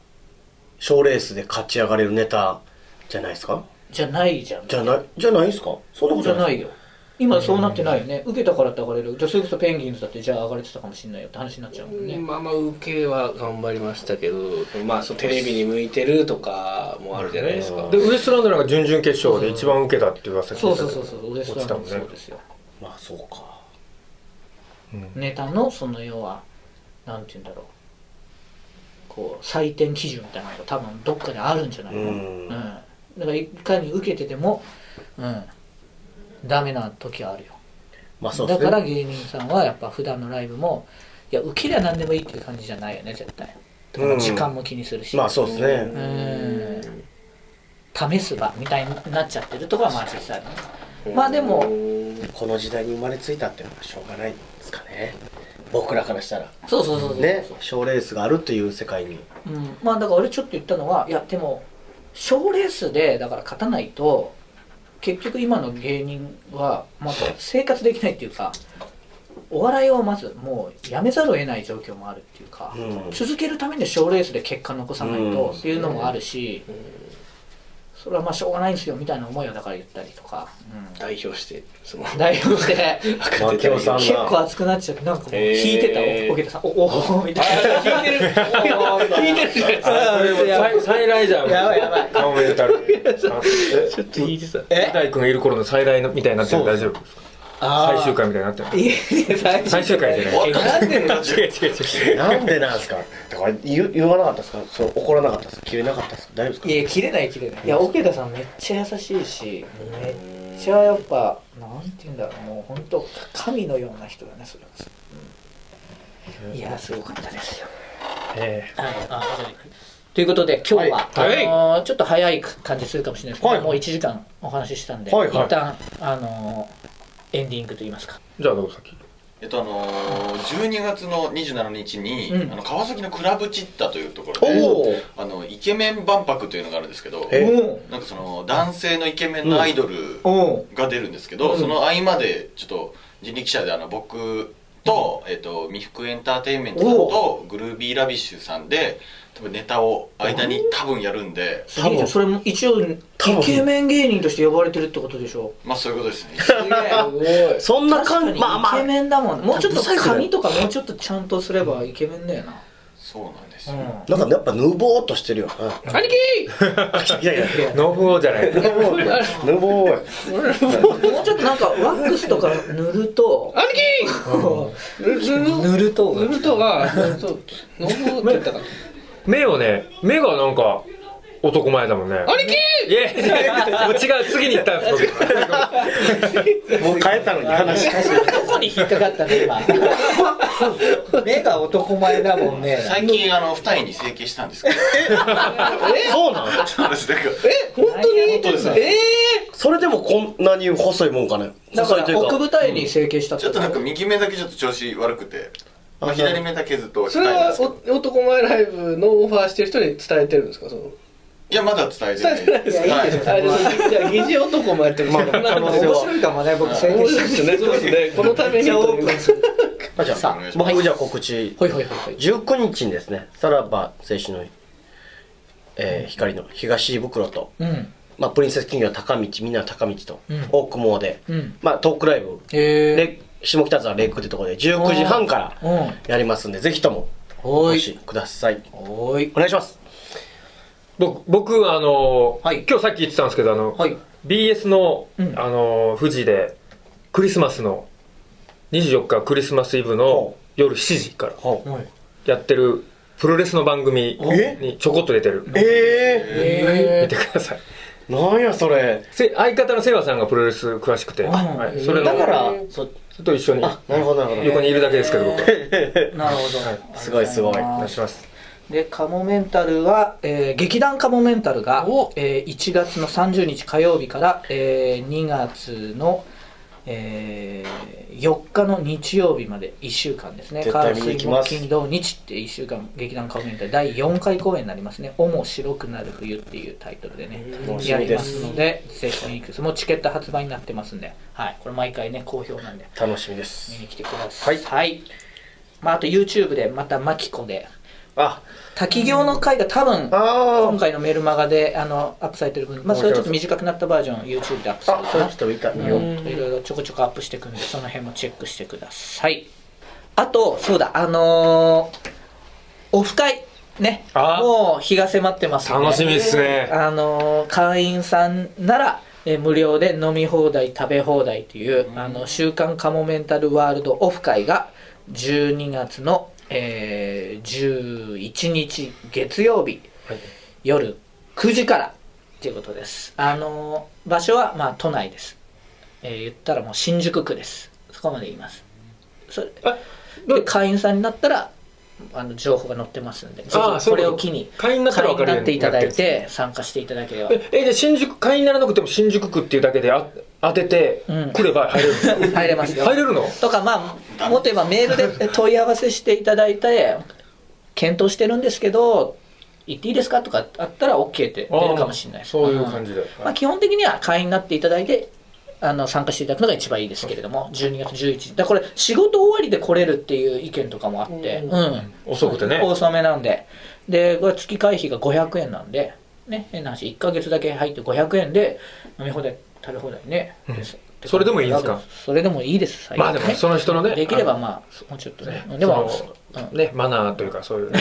Speaker 5: 賞レースで勝ち上がれるネタじゃないですか
Speaker 4: じゃないじゃん
Speaker 5: じゃないじゃないですかそんなこ
Speaker 4: じゃ
Speaker 5: と
Speaker 4: な
Speaker 5: ない
Speaker 4: いよ今そうなってないよね受けたからって上がれるじゃあそれこそペンギンズだってじゃあ上がれてたかもしれないよって話になっちゃうもんね、
Speaker 1: まあまあ受けは頑張りましたけどまあそうテレビに向いてるとかもあるじゃないですか
Speaker 3: でウエストランドなんか準々決勝で一番受けたっていう噂聞いたけ
Speaker 4: そ
Speaker 3: ど
Speaker 4: うそうそうそうウエストランドも
Speaker 3: 落ちた
Speaker 4: そうん
Speaker 3: も
Speaker 4: で
Speaker 3: ね
Speaker 4: すよ
Speaker 5: まあそうか
Speaker 4: ネタのその要はなんて言うんだろうこう採点基準みたいなのが多分どっかにあるんじゃないの、
Speaker 5: う
Speaker 4: うんんだからいかに受けてても、うん、ダメな時はあるよ
Speaker 5: まあそうで
Speaker 4: だ
Speaker 5: すね
Speaker 4: から芸人さんはやっぱ普段のライブもいや受けりゃ何でもいいっていう感じじゃないよね絶対だから時間も気にするし、
Speaker 5: まあそうです
Speaker 4: う
Speaker 5: ね
Speaker 4: ん試す場みたいになっちゃってるとこはまあ実際ねまあでも
Speaker 5: この時代に生まれついたっていうのはしょうがないんですかね僕らからしたら
Speaker 4: そうそうそうそうそう、
Speaker 5: ね賞レースがあるという世界に
Speaker 4: うん、まあだから俺ちょっと言ったのはいやでも賞レースでだから勝たないと結局今の芸人はまあ生活できないっていうかお笑いをまずもうやめざるを得ない状況もあるっていうか、
Speaker 5: うん
Speaker 4: 続けるために賞レースで結果残さないと
Speaker 5: うん
Speaker 4: っていうのもあるし、それはまあしょうがないんですよみたいな思いをだから言ったりとか、
Speaker 1: 代表してその
Speaker 4: うん、代表して
Speaker 1: 若手代表
Speaker 5: さん
Speaker 4: 結構熱くなっちゃってなんかもう
Speaker 1: へー
Speaker 4: 引いてたおおけたさんおおおみたいな引いてるおお引いてるじゃないですか
Speaker 3: サイ再来じゃん
Speaker 4: やばいやばい
Speaker 3: カモメンタルあえ
Speaker 1: ちょっと引いてた
Speaker 3: え大君がいる頃の再来のみたいになってる大丈夫ですか最終回みたいになってる
Speaker 4: いや最
Speaker 3: 最終回じゃない
Speaker 4: なんでだ
Speaker 3: 違う違う違う
Speaker 5: なんでなんですかだから言う言わなかったですかそう怒らなかったですか切れなかったですか大丈夫
Speaker 4: い
Speaker 5: で
Speaker 4: や切れない切れないいや桶田さんめっちゃ優しいしめっちゃやっぱなんて言うんだろうもう本当神のような人だねそれは、うんいやすごかったですよ
Speaker 3: え
Speaker 4: ということで今日は、
Speaker 3: はい
Speaker 4: あのーちょっと早い感じするかもしれないですけど、
Speaker 5: はい
Speaker 4: もう1時間お話ししたんで、
Speaker 5: はいはい
Speaker 4: 一旦あのーエンディングと言いますか
Speaker 3: えじゃあどうぞ先
Speaker 6: えっとあのー、12月の27日に、
Speaker 4: うん
Speaker 6: あの川崎のクラブチッタというところ
Speaker 5: すか
Speaker 6: で
Speaker 5: おお
Speaker 6: あのイケメン万博というのがあるんですけど
Speaker 5: え
Speaker 4: お
Speaker 6: なんかその男性のイケメンのアイドル
Speaker 4: お
Speaker 6: が出るんですけど、その合間でちょっと人力車であの僕と、えっと未福エンターテインメントさんとグルービーラビッシュさんで多分ネタを間に多分やるんで、
Speaker 4: すげえじゃんそれも一応イ
Speaker 5: 分
Speaker 4: ケメン芸人として呼ばれてるってことでしょ
Speaker 6: まあそういうことですね。
Speaker 4: すげえ
Speaker 5: そんな感じま
Speaker 4: ま
Speaker 5: あま
Speaker 4: あイケ
Speaker 5: あ
Speaker 4: メンだもんもうちょっと
Speaker 5: ブサイクだよ
Speaker 4: 髪とかもうちょっとちゃんとすればイケメンだよな
Speaker 6: そうなんです
Speaker 4: う
Speaker 6: よ。
Speaker 4: ん
Speaker 5: なんかやっぱヌボーっとしてるよ
Speaker 1: 兄貴
Speaker 5: うんいやいや
Speaker 3: ノブ王じゃない
Speaker 5: ヌボーヌボー
Speaker 4: もうちょっとなんかワックスとか塗ると
Speaker 1: 兄貴
Speaker 4: 塗ると
Speaker 1: ヌルトがヌルトノブって言ったかな
Speaker 3: 目をね目がなんか男前だもんね
Speaker 1: 兄貴
Speaker 3: いやいやもう違う次に行ったんです僕
Speaker 5: もう変えたのに話
Speaker 4: どこに引っかかったの今目が男前だもんね
Speaker 6: 最近あの二重に整形したんですけど、
Speaker 5: そうなの
Speaker 6: そうですなんか
Speaker 4: 本当に
Speaker 6: 本当ですね。
Speaker 4: え
Speaker 5: それでもこんなに細いもんかね
Speaker 4: ー、だか
Speaker 5: 細いとい
Speaker 4: ら奥
Speaker 5: うか
Speaker 4: 舞台に整形した
Speaker 6: ちょっとなんか
Speaker 4: 見
Speaker 6: 右目だけちょっと調子悪くて、まあ、
Speaker 5: あなるほど
Speaker 6: 左目だけずっと
Speaker 1: それ
Speaker 6: 控え
Speaker 1: は
Speaker 6: なんですけど
Speaker 1: お男前ライブのオファーしてる人に伝えてるんですかその
Speaker 6: いやまだ伝えてな
Speaker 1: 伝
Speaker 6: い
Speaker 1: えてないですか
Speaker 6: は
Speaker 1: あ
Speaker 6: い
Speaker 1: じゃあじゃあ疑似男もやってるんですか
Speaker 5: 可能性
Speaker 4: 面
Speaker 5: は
Speaker 4: 白いかもね僕整
Speaker 1: 面
Speaker 4: 形し
Speaker 1: 白い
Speaker 4: た
Speaker 1: ですねそうですねこのためにという
Speaker 5: あじゃ
Speaker 4: さ
Speaker 5: あ
Speaker 6: お願いします
Speaker 5: 僕じゃあ告知
Speaker 4: ほいほいほいほい
Speaker 5: 19日にですねさらば青春の、えー光の東袋と、
Speaker 4: うん
Speaker 5: まあ、プリンセス金魚高道みんな高道と、
Speaker 4: うん
Speaker 5: 大久保で、
Speaker 4: うん
Speaker 5: まあ、トークライブ、
Speaker 4: へえ
Speaker 5: レ下北沢レックってところで19時半か
Speaker 4: う
Speaker 5: ら
Speaker 4: ん
Speaker 5: やりますんでぜひともお
Speaker 4: ほ
Speaker 5: 越
Speaker 4: い
Speaker 5: しください
Speaker 4: ほい
Speaker 5: お願いします
Speaker 3: 僕僕あの、
Speaker 4: はい
Speaker 3: 今日さっき言ってたんですけどあの、
Speaker 4: はい
Speaker 3: BS の、
Speaker 4: うん
Speaker 3: あの富士でクリスマスの24日クリスマスイブの
Speaker 5: ほ
Speaker 3: 夜7時から
Speaker 5: ほう
Speaker 3: やってるプロレスの番組
Speaker 5: え
Speaker 3: にちょこっと出てる
Speaker 5: え
Speaker 3: 見
Speaker 4: え
Speaker 3: てください
Speaker 5: ー、なんやそれ
Speaker 3: せ相方のセイワさんがプロレス詳しくて、はい、それの
Speaker 5: だからそ
Speaker 3: それと一緒に
Speaker 5: なるほどなるほど
Speaker 3: 横にいるだけですけど僕は
Speaker 4: ー、なるほど
Speaker 5: すごいすごい
Speaker 3: お願いします
Speaker 4: でカモメンタルは、えー劇団カモメンタルが、えー1月の30日火曜日から、えー2月の、えー4日の日曜日まで1週間ですね
Speaker 5: 絶対見に行きます
Speaker 4: 火水木金土日って1週間劇団カモメンタル第4回公演になりますね「おも白くなる冬」っていうタイトルでね
Speaker 5: 楽し
Speaker 4: や
Speaker 5: み
Speaker 4: り
Speaker 5: で
Speaker 4: ます
Speaker 5: す
Speaker 4: のでぜひ見に来てくださいもうチケット発売になってますんで、はい、これ毎回ね好評なんで
Speaker 5: 楽しみで
Speaker 4: 見
Speaker 5: す
Speaker 4: に来てください、はいまあ、あと YouTube でまたマキコで
Speaker 5: あ
Speaker 4: 滝行の回が多分今
Speaker 5: あー
Speaker 4: 回のメルマガであのアップされてる分、まあ、それはちょっと短くなったバージョン YouTube でアップされ
Speaker 5: あ
Speaker 4: て
Speaker 5: そういう
Speaker 4: ま
Speaker 5: 人いた
Speaker 4: い
Speaker 5: よ、
Speaker 4: ろいろちょこちょこアップしていくんでその辺もチェックしてくださいあとそうだあのー、オフ会ね
Speaker 3: あ
Speaker 4: もう日が迫ってますんで
Speaker 3: 楽しみですね
Speaker 4: あのー会員さんなら、えー無料で飲み放題食べ放題という、あの週刊カモメンタルワールドオフ会が12月の、えー11日月曜日、夜9時からっていうことですあのー場所はまあ都内です、えー言ったらもう新宿区ですそこまで言いますそれで会員さんになったらあの情報が載ってますんでぜ
Speaker 3: あー
Speaker 4: ひ
Speaker 3: そ
Speaker 4: こ
Speaker 3: ういう
Speaker 4: れ
Speaker 3: こと
Speaker 4: を機に
Speaker 3: 会員になった
Speaker 4: 会
Speaker 3: ら
Speaker 4: 員
Speaker 3: 分か
Speaker 4: に
Speaker 3: る
Speaker 4: な
Speaker 3: よう
Speaker 4: って
Speaker 3: に
Speaker 4: い
Speaker 3: な
Speaker 4: ただ
Speaker 3: ってる
Speaker 4: い
Speaker 3: んですね
Speaker 4: て参加していただければ
Speaker 3: ええじゃあ新宿会員にならなくても新宿区っていうだけであ当てて、
Speaker 4: うん
Speaker 3: 来れば入れるんですか
Speaker 4: (laughs) 入れますよ
Speaker 3: 入れるの
Speaker 4: とかまあもっと言えばメールで問い合わせしていただいて検討してるんですけど行っていいですかとかあったら OK って出るかもしれない
Speaker 3: そういう感じで、
Speaker 4: まあ、基本的には会員になっていただいてあの参加していただくのが一番いいですけれども12月11日だからこれ仕事終わりで来れるっていう意見とかもあって、うん
Speaker 3: 遅くてね
Speaker 4: 遅めなんででこれ月会費が500円なんでね変な話1か月だけ入って500円で飲み放題食べ放題ね、です
Speaker 3: それでもいいですか
Speaker 4: それでもいいです最
Speaker 3: まあでもその人のね
Speaker 4: できればまあもうちょっとね
Speaker 3: ね
Speaker 4: でも
Speaker 3: その
Speaker 4: うん
Speaker 3: ねマナーというかそういう
Speaker 7: (laughs)
Speaker 3: ね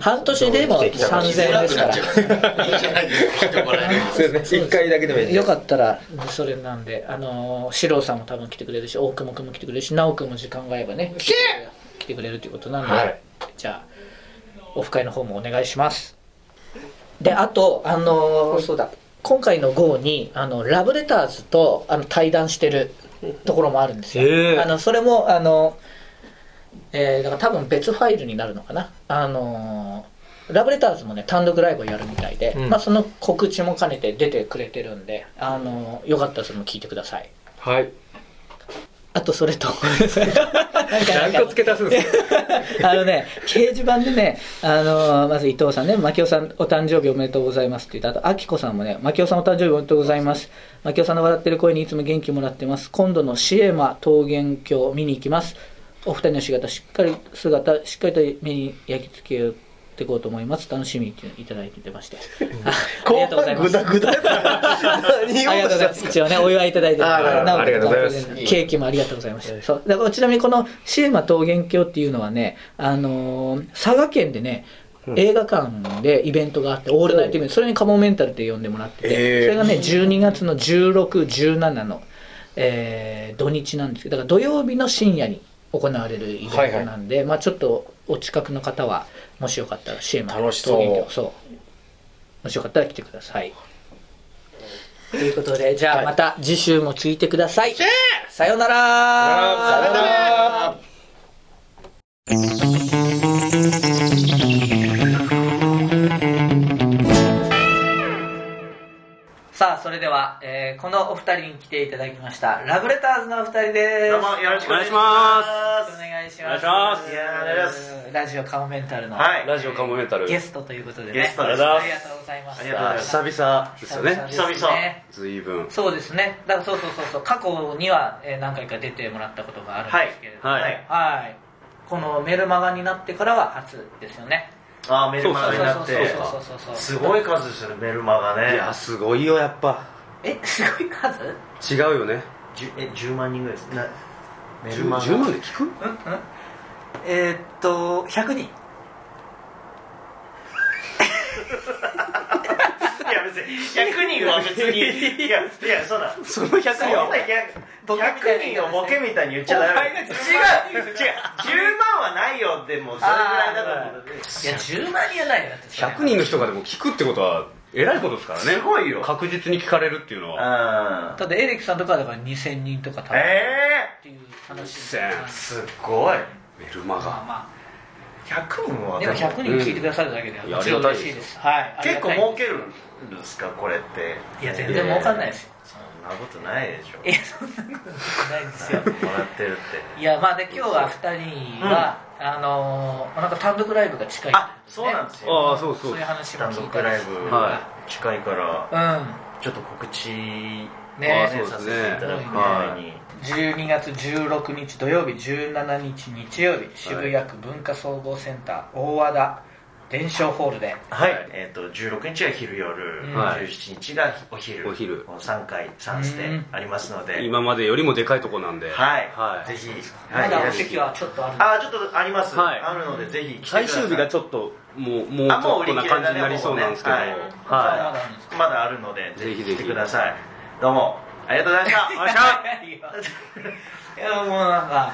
Speaker 4: 半年でも
Speaker 3: どう生きてきたか
Speaker 8: 来
Speaker 4: 3000
Speaker 8: づ
Speaker 4: 円
Speaker 8: ら
Speaker 4: で
Speaker 8: く
Speaker 4: す
Speaker 8: な
Speaker 4: か
Speaker 8: っ
Speaker 4: ら
Speaker 8: ちゃうからいいじゃないですか来てもらえる
Speaker 3: そうですね一回だけでもいい
Speaker 4: よかったらそれなんであのー四郎さんも多分来てくれるし大久保君も来てくれるし直君も時間が合えばね来て来てくれるということなんで、
Speaker 3: はい
Speaker 4: じゃあオフ会の方もお願いしますであとあのーそうだ今回の号にあのラブレターズとあの対談してるところもあるんですよ、
Speaker 3: へえ
Speaker 4: あのそれもあのえーだから多分別ファイルになるのかなあのーラブレターズもね単独ライブをやるみたいで、
Speaker 3: うん
Speaker 4: まあその告知も兼ねて出てくれてるんであのーよかったらそれも聞いてください
Speaker 3: はい
Speaker 4: あとそれ
Speaker 3: (laughs)
Speaker 4: となんかなん
Speaker 3: 何
Speaker 4: か
Speaker 3: 個付け足すんですか
Speaker 4: あのね、掲示板でね、あのまず伊藤さんね、牧雄さんお誕生日おめでとうございますって言った後、あきこさんもね、牧雄さんお誕生日おめでとうございます。牧雄さんの笑ってる声にいつも元気もらってます。今度のシエマ桃源郷見に行きます。お二人の姿、しっかり姿、しっかりと目に焼き付けていこうと思います。楽しみにいただいてまして。あありがとうございます。
Speaker 9: 後半グダグダ何
Speaker 4: あり
Speaker 9: 言お
Speaker 4: がと
Speaker 9: うと
Speaker 4: う
Speaker 9: し
Speaker 4: ございま
Speaker 9: たんです
Speaker 4: す。
Speaker 9: か
Speaker 4: 一応ね、お祝いいただいて
Speaker 9: あら
Speaker 4: なおかつ
Speaker 3: ありがとうございます
Speaker 4: ケーキもありがとうございました。そう。だからちなみにこのシエマ桃源郷っていうのはね、あのー佐賀県でね、映画館でイベントがあって、オールナイトイベント、それにカモメンタルって呼んでもらってて、
Speaker 9: へー
Speaker 4: それがね、12月の16、17の、えー土日なんですけど、だから土曜日の深夜に行われるイベントなんで、まあちょっとお近くの方は、もしよかったらシエマ桃
Speaker 9: 楽しそう
Speaker 4: 源郷、そう。もしよかったら来てください。ということで、じゃあまた次週も聞いてください。さようなら
Speaker 3: さようなら
Speaker 4: さあ、それでは、えーこのお二人に来ていただきました、ラブレターズのお二人です。
Speaker 9: どうもよろしくお願いします
Speaker 4: お願いします。
Speaker 7: お願いします
Speaker 9: いやーありがとうござい
Speaker 4: ラジオカモメンタルの、
Speaker 9: はい
Speaker 7: ラジオカモメンタル。
Speaker 4: ゲストということでね。
Speaker 9: ゲストです
Speaker 4: ありがとうございます。
Speaker 9: ありがとうございます
Speaker 7: 久々ですよね。
Speaker 4: 久々ですね
Speaker 7: ずいぶん。
Speaker 4: そうですね。だからそうそうそうそう。過去には、えー何回か出てもらったことがあるんですけれども、
Speaker 7: はい
Speaker 9: はい
Speaker 4: はいこのメルマガになってからは初ですよね。
Speaker 9: あーメルマガになっ
Speaker 4: そう
Speaker 9: て
Speaker 4: そうそうそうそう
Speaker 9: すごい数ですよねメルマガ
Speaker 7: い
Speaker 9: ね
Speaker 7: や、すごいよ、やっぱ。
Speaker 4: え、すごい数？
Speaker 7: 違うよね。
Speaker 9: じゅえ10万人ぐらいですねメ
Speaker 7: 10
Speaker 9: ルマ
Speaker 7: 万
Speaker 9: ガ
Speaker 7: で聞く
Speaker 4: えーっと100人。
Speaker 9: いや別に100人は別にいやいやそうだ
Speaker 7: その100
Speaker 9: そんな100 100人をボケみたいに言っちゃダメ違う違う10万はないよでもそれぐらいだから
Speaker 4: いや10万人はないよだってそれは。
Speaker 7: 100人の人がでも聞くってことは、えらいことですからね。
Speaker 9: すごいよ
Speaker 7: 確実に聞かれるっていうのは。
Speaker 9: うん
Speaker 4: だってエレキさんとかはだから2000人とか多分っ
Speaker 9: え
Speaker 4: ていう話
Speaker 7: せん
Speaker 9: すごい
Speaker 7: メルマ
Speaker 4: まあ
Speaker 7: ガ。
Speaker 4: ま
Speaker 9: 100人
Speaker 4: あ
Speaker 9: は
Speaker 4: でも100人聞いてくださるだけで
Speaker 7: うん
Speaker 4: もちろん
Speaker 7: いやありがたい
Speaker 4: 嬉しいです。はい。あり
Speaker 9: 結
Speaker 4: が
Speaker 9: 構
Speaker 4: たい
Speaker 9: 儲けるんですかこれって
Speaker 4: いや全然儲かんないですよ。
Speaker 9: そんなことないでしょ
Speaker 4: いやそんなことないですよ。
Speaker 9: もらってるって
Speaker 4: いやまあで今日は2人は、あのーなんか単独ライブが近いってことね、
Speaker 9: あそうなんですよ
Speaker 7: ああ、そう
Speaker 4: そ
Speaker 7: そうう
Speaker 4: いう。話も
Speaker 9: 単
Speaker 4: 聞い
Speaker 9: 独
Speaker 4: た
Speaker 9: ライ
Speaker 4: し
Speaker 9: ブ
Speaker 7: は
Speaker 9: 近いから
Speaker 4: う
Speaker 9: ちょっと告知
Speaker 4: ね
Speaker 9: をさせていただくみたいに
Speaker 4: ん12月16日土曜日17日日曜日渋谷区文化総合センター大和田伝承ホールで
Speaker 9: はい、えー、と16日は昼夜、
Speaker 4: うん
Speaker 7: はい
Speaker 9: 17日がお昼
Speaker 7: お昼
Speaker 9: この3回3ス
Speaker 4: う
Speaker 9: テ
Speaker 4: ん
Speaker 9: ありますので
Speaker 7: 今までよりもでかいとこなんで。
Speaker 9: はい、
Speaker 7: はい。
Speaker 9: ぜひ、は
Speaker 4: ま
Speaker 9: い、
Speaker 4: だ
Speaker 9: いら
Speaker 4: お
Speaker 9: っしゃい
Speaker 4: 席はちょっとあるんで
Speaker 9: あーちょっとあります、
Speaker 7: はい
Speaker 9: あるのでぜひ来てください
Speaker 7: 最終日がちょっと、もう、もうち
Speaker 9: あ
Speaker 7: ょ
Speaker 9: もう
Speaker 7: っ
Speaker 9: 売
Speaker 7: と
Speaker 9: り
Speaker 7: な
Speaker 9: 切れ
Speaker 7: 感じ
Speaker 9: だね
Speaker 7: になりそうなんですけど。
Speaker 9: もうね
Speaker 7: はい。
Speaker 4: まだあるんですか
Speaker 9: まだあるのでぜ
Speaker 7: ぜ
Speaker 9: ひ
Speaker 7: ひ
Speaker 9: 来
Speaker 7: ぜひ
Speaker 9: てくださいどうもありがとうございました
Speaker 4: いやもうなんか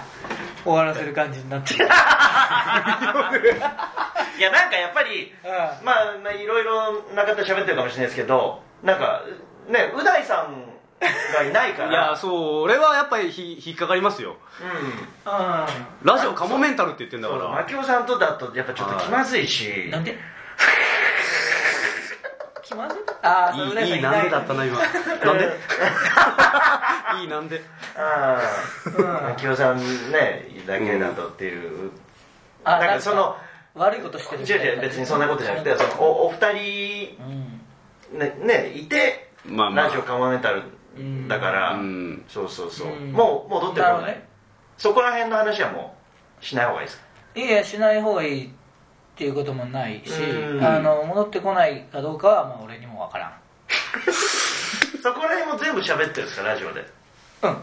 Speaker 4: 終わらせる感じになってる
Speaker 9: いやなんかやっぱり
Speaker 4: う
Speaker 9: まあまあいろいろな方喋ってるかもしれないですけどなんかねう大さんがいないか
Speaker 7: い
Speaker 9: ら
Speaker 7: や、それはやっぱりひ引っかかりますよ。
Speaker 9: うん
Speaker 4: うん
Speaker 7: ラジオカモメンタルって言ってんだ
Speaker 9: そ
Speaker 7: か
Speaker 9: うだ
Speaker 7: ら。
Speaker 9: 槙尾さんとだとやっぱちょっと気まずいし
Speaker 4: なん
Speaker 9: (laughs)
Speaker 4: で気まずいああ、それぐら
Speaker 7: いい、いいなんでだったな、今。な
Speaker 4: (laughs)
Speaker 7: んでいいなんで。
Speaker 9: あ
Speaker 4: うん
Speaker 9: あ秋夫さんねだけだとっていう、
Speaker 4: あ
Speaker 9: なんかその
Speaker 4: 悪いことしてるみ
Speaker 9: 違
Speaker 4: た
Speaker 9: う
Speaker 4: いな
Speaker 9: 違う別にそんなことじゃなくてそのおお二人
Speaker 4: うん
Speaker 9: ねねいて、
Speaker 7: まあまあ
Speaker 9: ラジオカモメンタル
Speaker 6: だから、
Speaker 9: うん
Speaker 6: そうそうそう、
Speaker 4: うん
Speaker 9: もう戻ってこ
Speaker 4: なる
Speaker 9: な
Speaker 4: ほ
Speaker 9: い、
Speaker 4: どね
Speaker 9: そこら辺の話はもうしない方がいいですか
Speaker 4: いやしない方がいいっていうこともないし
Speaker 9: うん
Speaker 4: あの戻ってこないかどうかはまあ俺にもわからん
Speaker 9: (laughs) そこら辺も全部喋ってるんですかラジオで
Speaker 4: うん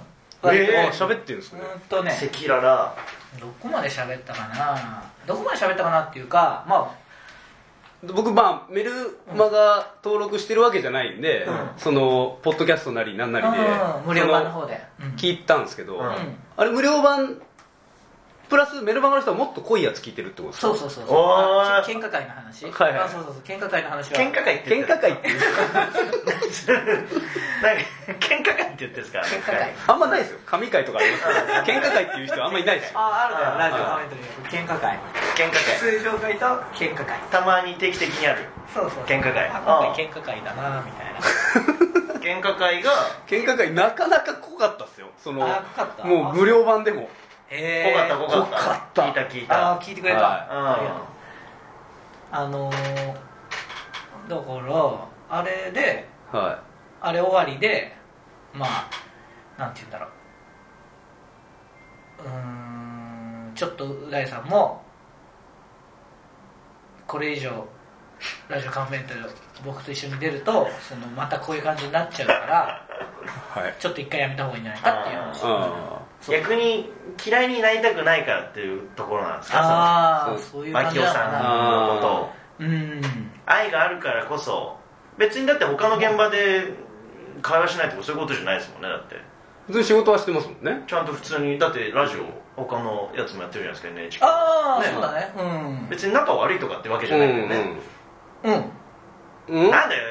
Speaker 9: え
Speaker 3: あ喋ってるんですね
Speaker 4: うんとね
Speaker 9: 赤裸々
Speaker 4: どこまで喋ったかなどこまで喋ったかなっていうかま
Speaker 7: 僕まあメルマガ登録してるわけじゃないんで、そのポッドキャストなりなんなりで、
Speaker 4: あ、うん、無料版の
Speaker 7: そ
Speaker 4: 方で
Speaker 7: の聞いたんですけど、
Speaker 4: うん
Speaker 7: あれ無料版プラスメルマガの人はもっと濃いやつ聞いてるってことですか
Speaker 4: そうそうそうそうあけ喧嘩会の話、
Speaker 7: はいはい
Speaker 4: あそうそうそう喧嘩会の話は
Speaker 9: 喧嘩会って
Speaker 7: 喧嘩会っていう
Speaker 9: なんか喧嘩会って言ってるんですか
Speaker 4: 喧嘩会
Speaker 7: あんまないですよ神会とかありますけど喧嘩会っていう人はあんまいないですよ
Speaker 4: ああるだよ
Speaker 9: あ
Speaker 4: ラジオのコメントに喧嘩会
Speaker 9: 喧嘩会
Speaker 4: 通常会と喧嘩会
Speaker 9: たまに定期的にある
Speaker 4: そうそうそう
Speaker 9: 喧嘩会
Speaker 4: あ今回喧嘩会だなみたいな
Speaker 9: (laughs) 喧嘩会が
Speaker 7: 喧嘩会なかなか濃かったっすよその
Speaker 4: あ濃かった
Speaker 7: もう無料版でも
Speaker 4: へ
Speaker 9: 濃かった
Speaker 4: ー
Speaker 9: 濃かっ
Speaker 7: た
Speaker 9: た聞いた聞い
Speaker 4: あ
Speaker 9: た
Speaker 4: あ聞いてくれた、
Speaker 7: は
Speaker 4: ありがとうあのー、だからあれで
Speaker 7: は
Speaker 4: あれ終わりでまあなんて言うんだろううーんちょっとう大さんもこれ以上ラジオカンフェント僕と一緒に出るとそのまたこういう感じになっちゃうから
Speaker 7: はい
Speaker 4: ちょっと一回やめた方がいいんじゃないかっていう話
Speaker 7: あ
Speaker 9: うん逆に嫌いになりたくないからっていうところなんですか
Speaker 4: ああ
Speaker 7: そう
Speaker 4: そうい
Speaker 9: そ
Speaker 4: う感
Speaker 9: の牧
Speaker 4: じ
Speaker 9: 雄
Speaker 4: なの
Speaker 9: さ
Speaker 4: かなん
Speaker 9: のことを
Speaker 4: うん
Speaker 9: 愛があるからこそ別にだって他の現場で会話しないとかそういうことじゃないですもんねだって
Speaker 7: 普通に仕事はしてますもんね
Speaker 9: ちゃんと普通にだってラジオ他のやつもやってるじゃないですか NHK
Speaker 4: ああ、
Speaker 9: ね
Speaker 4: そうだねうん
Speaker 9: 別に仲悪いとかってわけじゃないからね、
Speaker 4: うん
Speaker 7: うん、うん、
Speaker 9: なんだよ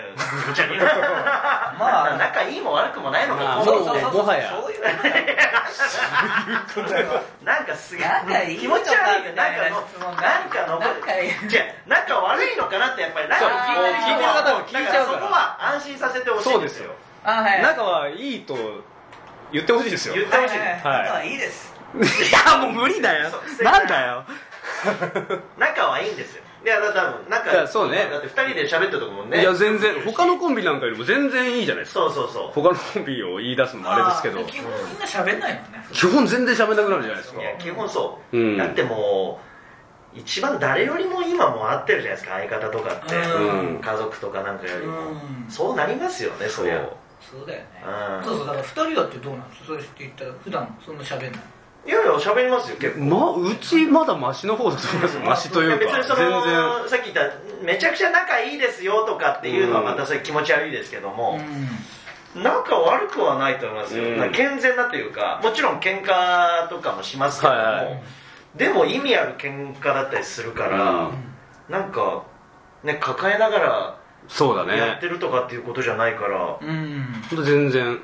Speaker 9: こちゃに
Speaker 4: (laughs) まあ
Speaker 9: (laughs) 仲いいも悪くもないの
Speaker 7: ま
Speaker 9: か
Speaker 7: あ
Speaker 9: こ
Speaker 7: も
Speaker 9: の
Speaker 7: うねもはや
Speaker 4: そういうことだよ
Speaker 9: なんかすげえ
Speaker 4: 仲いい
Speaker 9: 気
Speaker 4: の
Speaker 9: 持
Speaker 4: か
Speaker 9: ち悪いよ
Speaker 4: みたいな
Speaker 9: なんかの
Speaker 4: 質問だ
Speaker 9: なんかの
Speaker 4: 仲いい
Speaker 9: じゃ仲悪いのかなってやっぱりなんか聞いてる人は
Speaker 7: そう聞いてる方は聞いちゃうから
Speaker 9: だからそこは安心させてほしい
Speaker 7: そうですよ
Speaker 4: あはい
Speaker 7: 仲はいいと言ってほしいですよ
Speaker 9: 言って
Speaker 4: はい
Speaker 9: ほ
Speaker 4: はいはい仲は
Speaker 7: はい
Speaker 9: しい
Speaker 4: いいです
Speaker 7: いやもう無理だよ
Speaker 9: そう
Speaker 7: なんだよ
Speaker 9: 仲はいいんですよいやだ多分仲
Speaker 7: いやそうね
Speaker 9: だって二人で喋ったとこもね
Speaker 7: いや全然他のコンビなんかよりも全然いいじゃないですか
Speaker 9: そうそうそう
Speaker 7: 他のコンビを言い出すのもあれですけど
Speaker 4: ー基本みんな喋んないもんね
Speaker 7: 基本全然喋んなくなるじゃないですか
Speaker 9: いや基本そう、
Speaker 7: うん
Speaker 9: だってもう一番誰よりも今もう合ってるじゃないですか相方とかって、
Speaker 7: うん
Speaker 9: 家族とかなんかよりも、
Speaker 4: うん
Speaker 9: そうなりますよねそりゃ
Speaker 4: そうだよね
Speaker 9: うん
Speaker 4: そうそうだから二人だってどうなんですかそうして言ったら普段そんな喋んない
Speaker 9: いやいや喋りますよ結構
Speaker 7: まうちまだマシの方だと思いますよマシというか
Speaker 9: 別
Speaker 7: 全
Speaker 9: にそ
Speaker 7: 然
Speaker 9: のさっき言っためちゃくちゃ仲いいですよとかっていうのはまたそれ気持ち悪いですけども、仲悪くはないと思いますよ、
Speaker 7: うん
Speaker 9: だから健全なというかもちろん喧嘩とかもしますけども、
Speaker 7: はいは
Speaker 9: でも意味ある喧嘩だったりするから
Speaker 7: う、
Speaker 9: なんかね抱えなが
Speaker 7: そうだ
Speaker 9: らやっ
Speaker 7: ね
Speaker 9: てるとかっていうことじゃないから、
Speaker 4: うん
Speaker 7: ほんと全然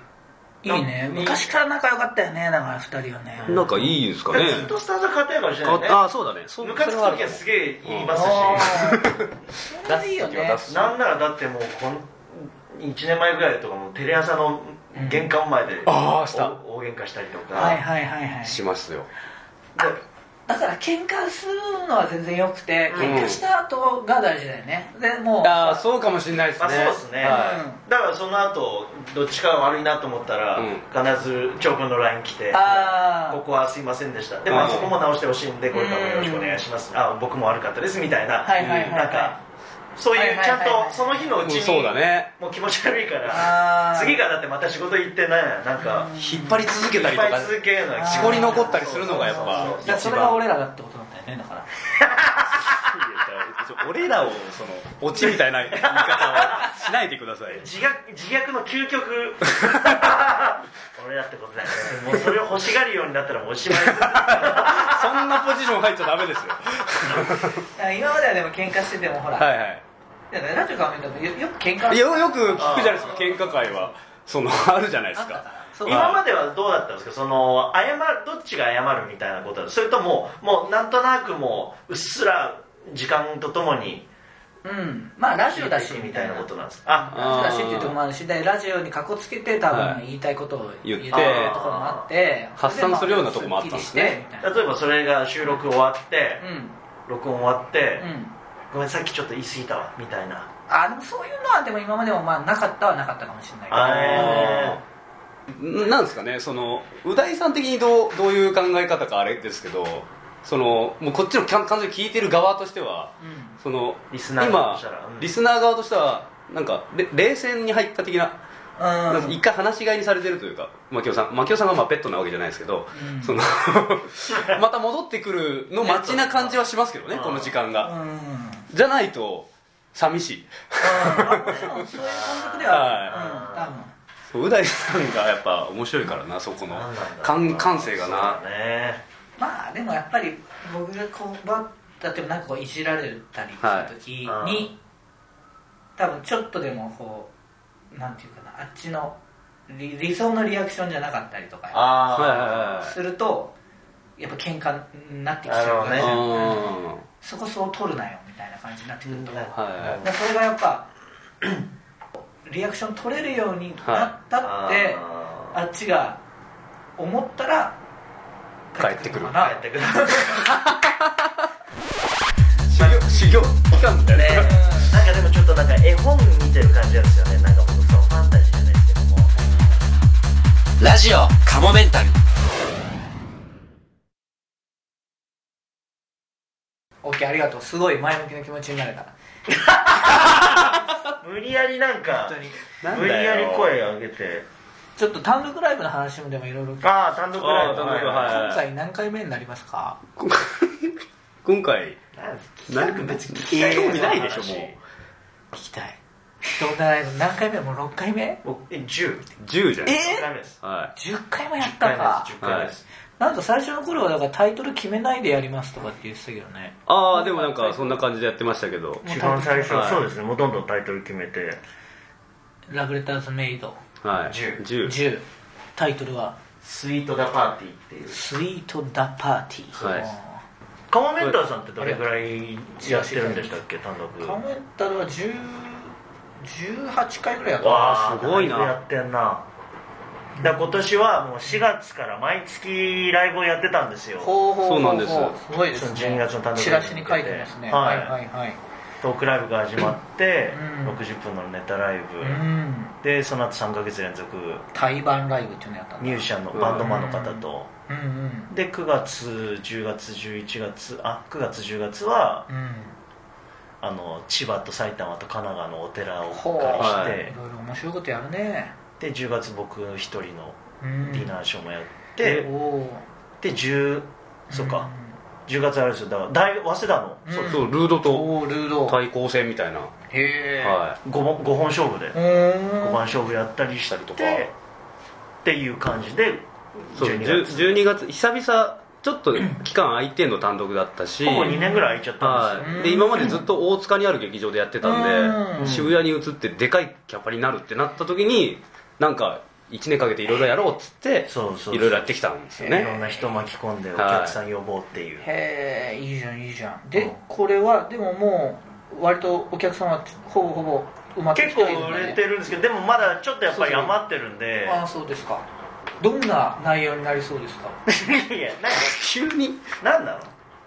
Speaker 4: いいね昔から仲良かったよねだから二人はね (laughs)
Speaker 7: 仲いいですか
Speaker 9: だか
Speaker 7: ね
Speaker 9: らずっとスタンド硬いかもしれないね
Speaker 7: ああそうだねそう
Speaker 9: ムカつく
Speaker 7: それはある
Speaker 9: 時はすげえ言いますし、
Speaker 4: それはいいよね
Speaker 9: なんならだってもうこん1年前ぐらいとかもうテレ朝の玄関前で、
Speaker 7: あーした
Speaker 9: お大喧嘩したりとか、
Speaker 4: はいはいはいはい
Speaker 7: しますよ
Speaker 4: だから喧嘩するのは全然よくて喧嘩した後が大事だよねでもう
Speaker 7: ああそうかもしれないです
Speaker 9: まあ
Speaker 7: ね
Speaker 9: そうですね、
Speaker 7: は
Speaker 9: だからその後どっちかが悪いなと思ったら、
Speaker 7: うん
Speaker 9: 必ず長君の LINE 来て
Speaker 4: あー
Speaker 9: ここはすいませんでしたでも
Speaker 7: うん
Speaker 9: そこも直してほしいんでこれからもよろしくお願いします、あ僕も悪かったですみたいな、
Speaker 4: はいはいはいはい
Speaker 9: なんかそう
Speaker 4: はい
Speaker 9: い
Speaker 4: はい
Speaker 9: うち
Speaker 4: は
Speaker 9: ゃ
Speaker 4: い
Speaker 9: ん
Speaker 4: はい
Speaker 9: とその日のうち
Speaker 7: うん
Speaker 9: に、
Speaker 7: そうだね
Speaker 9: もう気持ち悪いか
Speaker 4: あ
Speaker 9: ら
Speaker 4: ー
Speaker 9: 次がだってまた仕事行ってねなんか
Speaker 7: 引っ張り続けたりと
Speaker 9: 引っ張
Speaker 7: か
Speaker 9: り続けるのは
Speaker 7: しこり残ったりするのがやっ
Speaker 9: そう
Speaker 7: ぱ
Speaker 9: そうそう
Speaker 4: だからそれが俺らだってことなんだよねだから
Speaker 7: 俺らをそのオチみたいな言い方はしないでください
Speaker 9: 自虐自虐の究
Speaker 7: (laughs)
Speaker 9: 極俺だってことだよねもうそれを欲しがるようになったらもうおしまい
Speaker 7: そんなポジション入っちゃダメですよ
Speaker 4: だから今まではでも喧嘩しててもほら、
Speaker 7: はいは
Speaker 4: だからラジオから見たらよよく喧嘩
Speaker 7: いよよく聞くじゃないですか喧嘩会はそのあるじゃないですか
Speaker 4: そう
Speaker 9: 今まではどうだったんですかその謝るどっちが謝るみたいなことだそれとももうなんとなくもううっすら時間とともに
Speaker 4: うんまあラジオだし
Speaker 9: み
Speaker 4: み
Speaker 9: た
Speaker 4: たい
Speaker 9: いな
Speaker 4: な
Speaker 9: こ
Speaker 4: ことと
Speaker 9: なんですかあ
Speaker 4: ラジオだしっていうとこもあるしでラジオにかこつけて多
Speaker 7: は
Speaker 4: 分
Speaker 7: い
Speaker 4: 言いたいことを言ってる
Speaker 7: 言っ
Speaker 4: とこ
Speaker 7: て
Speaker 4: ろもあって
Speaker 7: 発散するようなとこもあったんですね
Speaker 4: それまあっきりしてみたいな
Speaker 9: 例えばそれが収録終わって、録音終わって、
Speaker 4: うんうん
Speaker 9: ごめんさっきちょっと言い過ぎたわみたいな
Speaker 4: あでもそういうのはでも今までもまあなかったはなかったかもしれないけど
Speaker 9: あ
Speaker 7: なんですかねそのう大さん的にどうどういう考え方かあれですけどそのもうこっちの完完全に聞いてる側としてはその
Speaker 9: ナー側
Speaker 7: 今
Speaker 9: としたらうん
Speaker 7: リスナー側としてはなんかれ冷戦に入った的ななんか一回話し飼いにされてるというか牧雄さん牧雄さんがまあペットなわけじゃないですけど、その (laughs) また戻ってくるの待ちな感じはしますけどねこの時間が、じゃないと寂しい
Speaker 4: 感覚で
Speaker 7: は
Speaker 4: は、うん、多分
Speaker 7: そうう大さんがやっぱ面白いからなそこの感感性がな
Speaker 4: まあでもやっぱり僕がこうば例えばなんかこういじられたりした時に、
Speaker 9: はい
Speaker 4: 多分ちょっとでもこうなんていうかなあっちの理理想のリアクションじゃなかったりとか
Speaker 9: あー
Speaker 7: はいはいはい
Speaker 4: するとやっぱ喧嘩になってきち
Speaker 9: な
Speaker 4: ゃ
Speaker 9: る
Speaker 4: う
Speaker 9: ほど
Speaker 4: か
Speaker 9: ね
Speaker 4: ら、
Speaker 7: うん
Speaker 4: そこそう取るなよみたいな感じになってくると、だか
Speaker 7: は
Speaker 4: らそれがやっぱ (clears throat) リアクション取れるようになったって、あっちが思ったら
Speaker 7: い帰ってくる
Speaker 4: かな
Speaker 9: ってくる
Speaker 7: 修行修行期間だよ
Speaker 9: ねなんかでもちょっとなんか絵本見てる感じなんですよねなんか僕そのファンタジーじゃないですけども
Speaker 10: ラジオカモメンタル
Speaker 4: オッケーありがとうすごい前向きな気持ちになれた
Speaker 9: 無理やりなんか
Speaker 4: 本当に
Speaker 7: なんだよ
Speaker 9: 無理やり声上げて
Speaker 4: ちょっと単独ライブの話もでもいろいろ今
Speaker 9: ああ単独ラ
Speaker 7: あ
Speaker 9: イブ
Speaker 7: ー単独はい
Speaker 4: 回何回目になりますか
Speaker 7: 今回今回なんか別に興味ないでしょも
Speaker 4: 聞きたいどんなライブ何回目もう6回目
Speaker 9: もう僕10
Speaker 7: う10じゃん
Speaker 4: え
Speaker 9: ダメです
Speaker 7: は
Speaker 4: 10回もやっ
Speaker 9: 10
Speaker 4: た
Speaker 9: 回
Speaker 4: か
Speaker 9: 目です10回目です
Speaker 4: なんか最初の頃はだからタイトル決めないでやりますとかって言ってたけどね
Speaker 7: いああでもなんかそんな感じでやってましたけど
Speaker 9: 一番最初
Speaker 7: はい
Speaker 9: そうですねもうどんどんタイトル決めて
Speaker 4: ラブレターズメイド
Speaker 7: はい
Speaker 9: 10
Speaker 7: 10
Speaker 4: 10タイトルは
Speaker 9: 「スイートダパーティー」っていう
Speaker 4: 「スイート・ダ・パーティー」
Speaker 7: はい
Speaker 9: カモメンタルさんってどれぐらいやってるんでしたっけ単独
Speaker 4: カメンタルは10 18回ぐらいやった
Speaker 9: わあ
Speaker 7: すごいな
Speaker 9: だぶやってんなだから今年はもう4月から毎月ライブをやってたんですよ
Speaker 4: ほうほう
Speaker 7: そうなんです
Speaker 4: すごいで
Speaker 9: そ
Speaker 4: す
Speaker 9: の
Speaker 4: ね
Speaker 9: 12月の単独
Speaker 4: チラシに書いてますね
Speaker 9: は
Speaker 4: はいいはいはい
Speaker 9: トークライブが始まって
Speaker 4: うん
Speaker 9: 60分のネタライブ
Speaker 4: うん
Speaker 9: でその後3ヶ月連続
Speaker 4: 対バンライブっていうのやったんだ
Speaker 9: ミュージシャンのバンドマンの方と
Speaker 4: うんうん
Speaker 9: で9月10月11月あ9月10月は
Speaker 4: うん
Speaker 9: あの千葉と埼玉と神奈川のお寺をお借り
Speaker 7: ほうはい
Speaker 9: して
Speaker 4: いろいろ面白いことやるね
Speaker 9: で10月僕一人の
Speaker 4: うん
Speaker 9: ディナーショーもやって、
Speaker 4: おお
Speaker 9: で10そうか、10月あれですよだから大早稲田の、
Speaker 4: うん
Speaker 9: そうです
Speaker 7: そうルードと
Speaker 4: おおールード
Speaker 7: 対抗戦みたいな
Speaker 4: へえ
Speaker 7: は
Speaker 9: 5本五本勝負で
Speaker 4: う
Speaker 9: 5
Speaker 4: ーん
Speaker 9: 番勝負やったりして
Speaker 7: したりとか
Speaker 9: っていう感じで
Speaker 7: いそう
Speaker 9: 12月
Speaker 7: 12月久々ちょっと期間空いてんの単独だったし
Speaker 9: ほぼ2年ぐらい空いちゃったんですよ
Speaker 7: はい、で今までずっと大塚にある劇場でやってた
Speaker 4: う
Speaker 7: んで
Speaker 4: ん
Speaker 7: 渋谷に移ってでかいキャパになるってなった時になんか1年かけていろいろやろうっつって
Speaker 9: そうそうそう
Speaker 7: いろいろやってきたんですよ
Speaker 9: いろん
Speaker 7: ね
Speaker 9: な人巻き込んでお客さん呼ぼうっていう、
Speaker 4: へえいいじゃんいいじゃんでこれはでももう割とお客さんはほぼほぼ埋まって
Speaker 9: 結
Speaker 4: き
Speaker 9: 構
Speaker 4: ているんだね
Speaker 9: 売れてるんですけどでもまだちょっとやっぱり余ってるんで
Speaker 4: ああそうですかどんな内容になりそうですか
Speaker 9: (laughs) いや
Speaker 7: 急に
Speaker 9: 何なの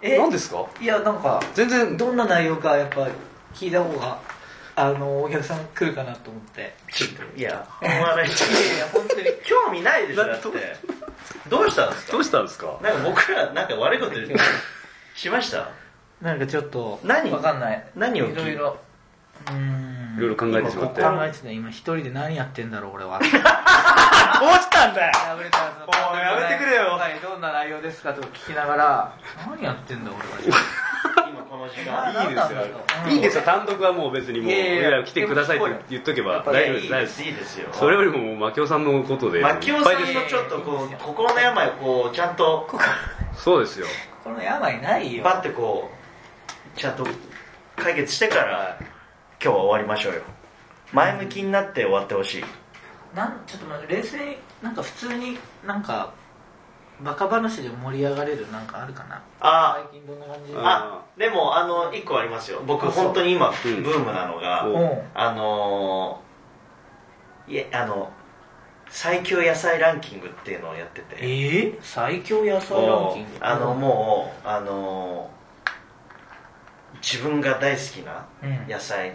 Speaker 4: え
Speaker 7: 何ですか
Speaker 4: いやなんか
Speaker 7: 全然
Speaker 4: どんな内容かやっぱ聞いた方があのお客さん来るかなと思って
Speaker 9: ちょっといやお笑い
Speaker 4: いやいや本当に
Speaker 9: 興味ないでしょだってどうしたんですか
Speaker 7: どうしたんですか
Speaker 9: なんか僕らなんか悪いこと言ってしました
Speaker 4: なんかちょっと
Speaker 9: 何
Speaker 4: わかんない
Speaker 9: 何を聞
Speaker 4: いろいろうーん
Speaker 7: いろいろ考えてしまって
Speaker 4: 考えてた今一人で何やってんだろう俺は (laughs) どうしたんだよやめ
Speaker 7: やめてくれよ
Speaker 4: はいどんな内容ですかとか聞きながら何やってんだ俺は
Speaker 9: 今この時
Speaker 4: あ
Speaker 9: 間
Speaker 4: 何なんだろううん
Speaker 7: いいんですよ単独はもう別にもう
Speaker 4: いやいやいや
Speaker 7: いや来てくださいって言っとけば大丈夫です大丈夫です
Speaker 9: いいですよ
Speaker 7: それよりももうマキオさんのことでいっぱ
Speaker 9: マ
Speaker 7: い
Speaker 9: キオさんの
Speaker 7: です
Speaker 9: ちょっとこう心の病をこうちゃんと
Speaker 7: そうですよ
Speaker 4: この病ないよ
Speaker 9: バッてこうちゃんと解決してから今日は終わりましょうよ前向きになって終わってほしい
Speaker 4: なんちょっと待って冷静になんか普通になんかバカ話で盛り上がれるなんかあるかな
Speaker 9: あ
Speaker 4: 最近どんな感じ
Speaker 7: うん
Speaker 9: あでもあの1個ありますよ僕本当に今ブ
Speaker 7: うん
Speaker 9: ームなのが、
Speaker 7: お
Speaker 4: うん
Speaker 9: あのーいえあの最強野菜ランキングっていうのをやってて
Speaker 4: えー、最強野菜ランキング
Speaker 9: あのもうあのー自分が大好きな
Speaker 4: うん
Speaker 9: 野菜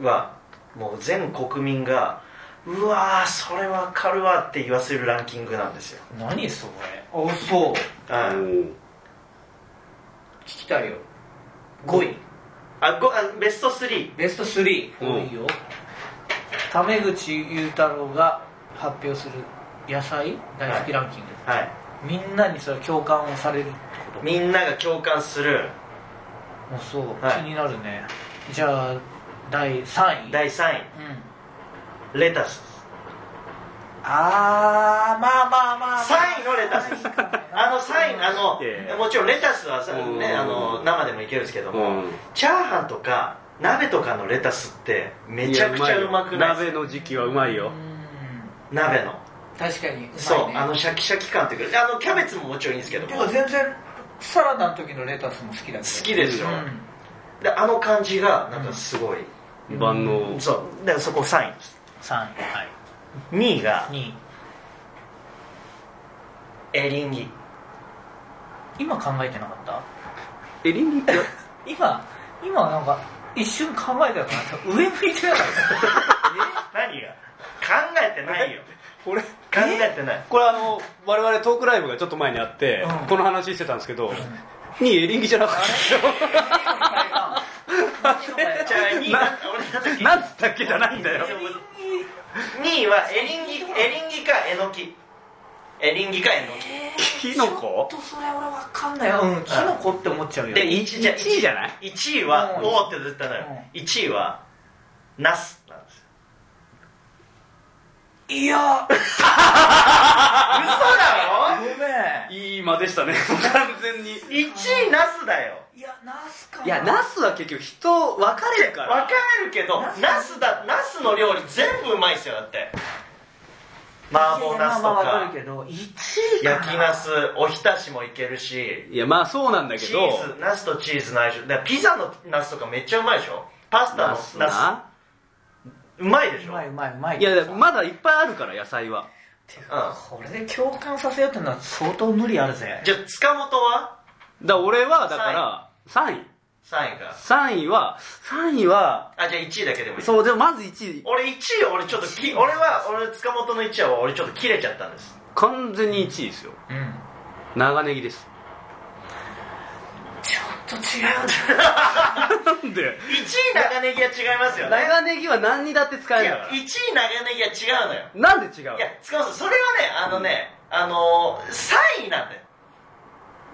Speaker 4: うん
Speaker 9: はもう全国民がうわーそれわかるわって言わせるランキングなんですよ
Speaker 4: 何そ
Speaker 9: おそう聞
Speaker 11: きたいよ5位
Speaker 9: あごあベスト3
Speaker 11: ベスト3多いよタメ口雄太郎が発表する野菜大好きランキング、
Speaker 9: はいはい
Speaker 11: みんなにそれ共感をされるってこと
Speaker 9: みんなが共感する
Speaker 11: あそう、
Speaker 9: はい
Speaker 11: 気になるねじゃあ第3位
Speaker 9: 第3位
Speaker 11: うん
Speaker 9: レタス
Speaker 11: あーまあまあまあ、まあ、
Speaker 9: 3位の
Speaker 11: (laughs)
Speaker 9: レタスあのサインあのもちろんレタスはさ、ね、あの生でもいけるんですけども、チャーハンとか鍋とかのレタスってめちゃくちゃうまくな
Speaker 7: いや
Speaker 9: い
Speaker 7: うまいよ鍋の時期はうまいよ
Speaker 9: 鍋の
Speaker 11: 確かにうまいね
Speaker 9: そうあのシャキシャキ感というかあのキャベツももちろんいいんですけど
Speaker 11: で
Speaker 9: も
Speaker 11: も
Speaker 9: 好
Speaker 11: 全然サラダの時のレタスも好きだけど好
Speaker 9: きですよ、であの感じがなんかすごい、
Speaker 7: 万能
Speaker 9: そうだからそこ3位です
Speaker 11: 3位はい
Speaker 9: 2位が
Speaker 11: 2位
Speaker 9: エリンギ
Speaker 11: 今考えてなかった
Speaker 7: エリンギって
Speaker 11: (laughs) 今今なんか一瞬考えたから上向いてなかった
Speaker 9: 何が考えてないよ
Speaker 7: これ考
Speaker 9: えてない
Speaker 7: これあの我々トークライブがちょっと前にあって、この話してたんですけど、にエリンギじゃなかった
Speaker 9: じゃあ2位は俺なんだっけ
Speaker 7: なんつったっけじゃないんだよ
Speaker 9: 2位はエリンギエリンギかえのきエリンギかえのき
Speaker 7: キノコ
Speaker 11: とそれ俺わかんないようんキノコって思っちゃうよ
Speaker 9: で1位じゃ
Speaker 7: 1位じゃない
Speaker 9: 1位は
Speaker 11: うん
Speaker 9: おおってずっと言ったのよ1位はナスなんですよ
Speaker 11: い
Speaker 9: (laughs)
Speaker 11: や
Speaker 9: 嘘だろ
Speaker 11: ごめん
Speaker 7: いい間でした (laughs) ね完全に
Speaker 9: 1位ナスだよ
Speaker 11: いやナスか
Speaker 7: いやナスは結局人分かれるから
Speaker 9: 分かれるけどナスだナスの料理全部うまいっすよだって麻婆ナスと
Speaker 11: まあまあわ
Speaker 9: か
Speaker 11: かるけど1位かな
Speaker 9: 焼きナスおひたしもいけるし
Speaker 7: いやまあそうなんだけ
Speaker 9: チ
Speaker 7: ど
Speaker 9: ーズナスとチーズの相性だからピザのナスとかめっちゃうまいでしょパスタのナス
Speaker 7: ナスな
Speaker 9: うまいでしょ
Speaker 11: うまいうまいうまい
Speaker 7: いやまだいっぱいあるから野菜は
Speaker 11: これで共感させようってのは相当無理あるぜ
Speaker 9: じゃあ塚本は
Speaker 7: だ俺はだから3位
Speaker 9: 3位か
Speaker 7: 3位は3位は
Speaker 9: あじゃあ1位だけでもいい
Speaker 7: そうでもまず1位
Speaker 9: 俺1位俺ちょっとき俺は俺塚本の1位は俺ちょっと切れちゃったんです
Speaker 7: 完全に1位ですよ
Speaker 11: うん
Speaker 7: 長ネギです
Speaker 11: ちょっと違う
Speaker 7: なんで
Speaker 9: 1位長ネギは違いますよね
Speaker 7: 長ネギは何にだって使
Speaker 9: い
Speaker 7: えるか
Speaker 9: や1位長ネギは違うのよ
Speaker 7: らなんで違うの
Speaker 9: いや塚本さんそれはねあのね、あのー、3位なんだよ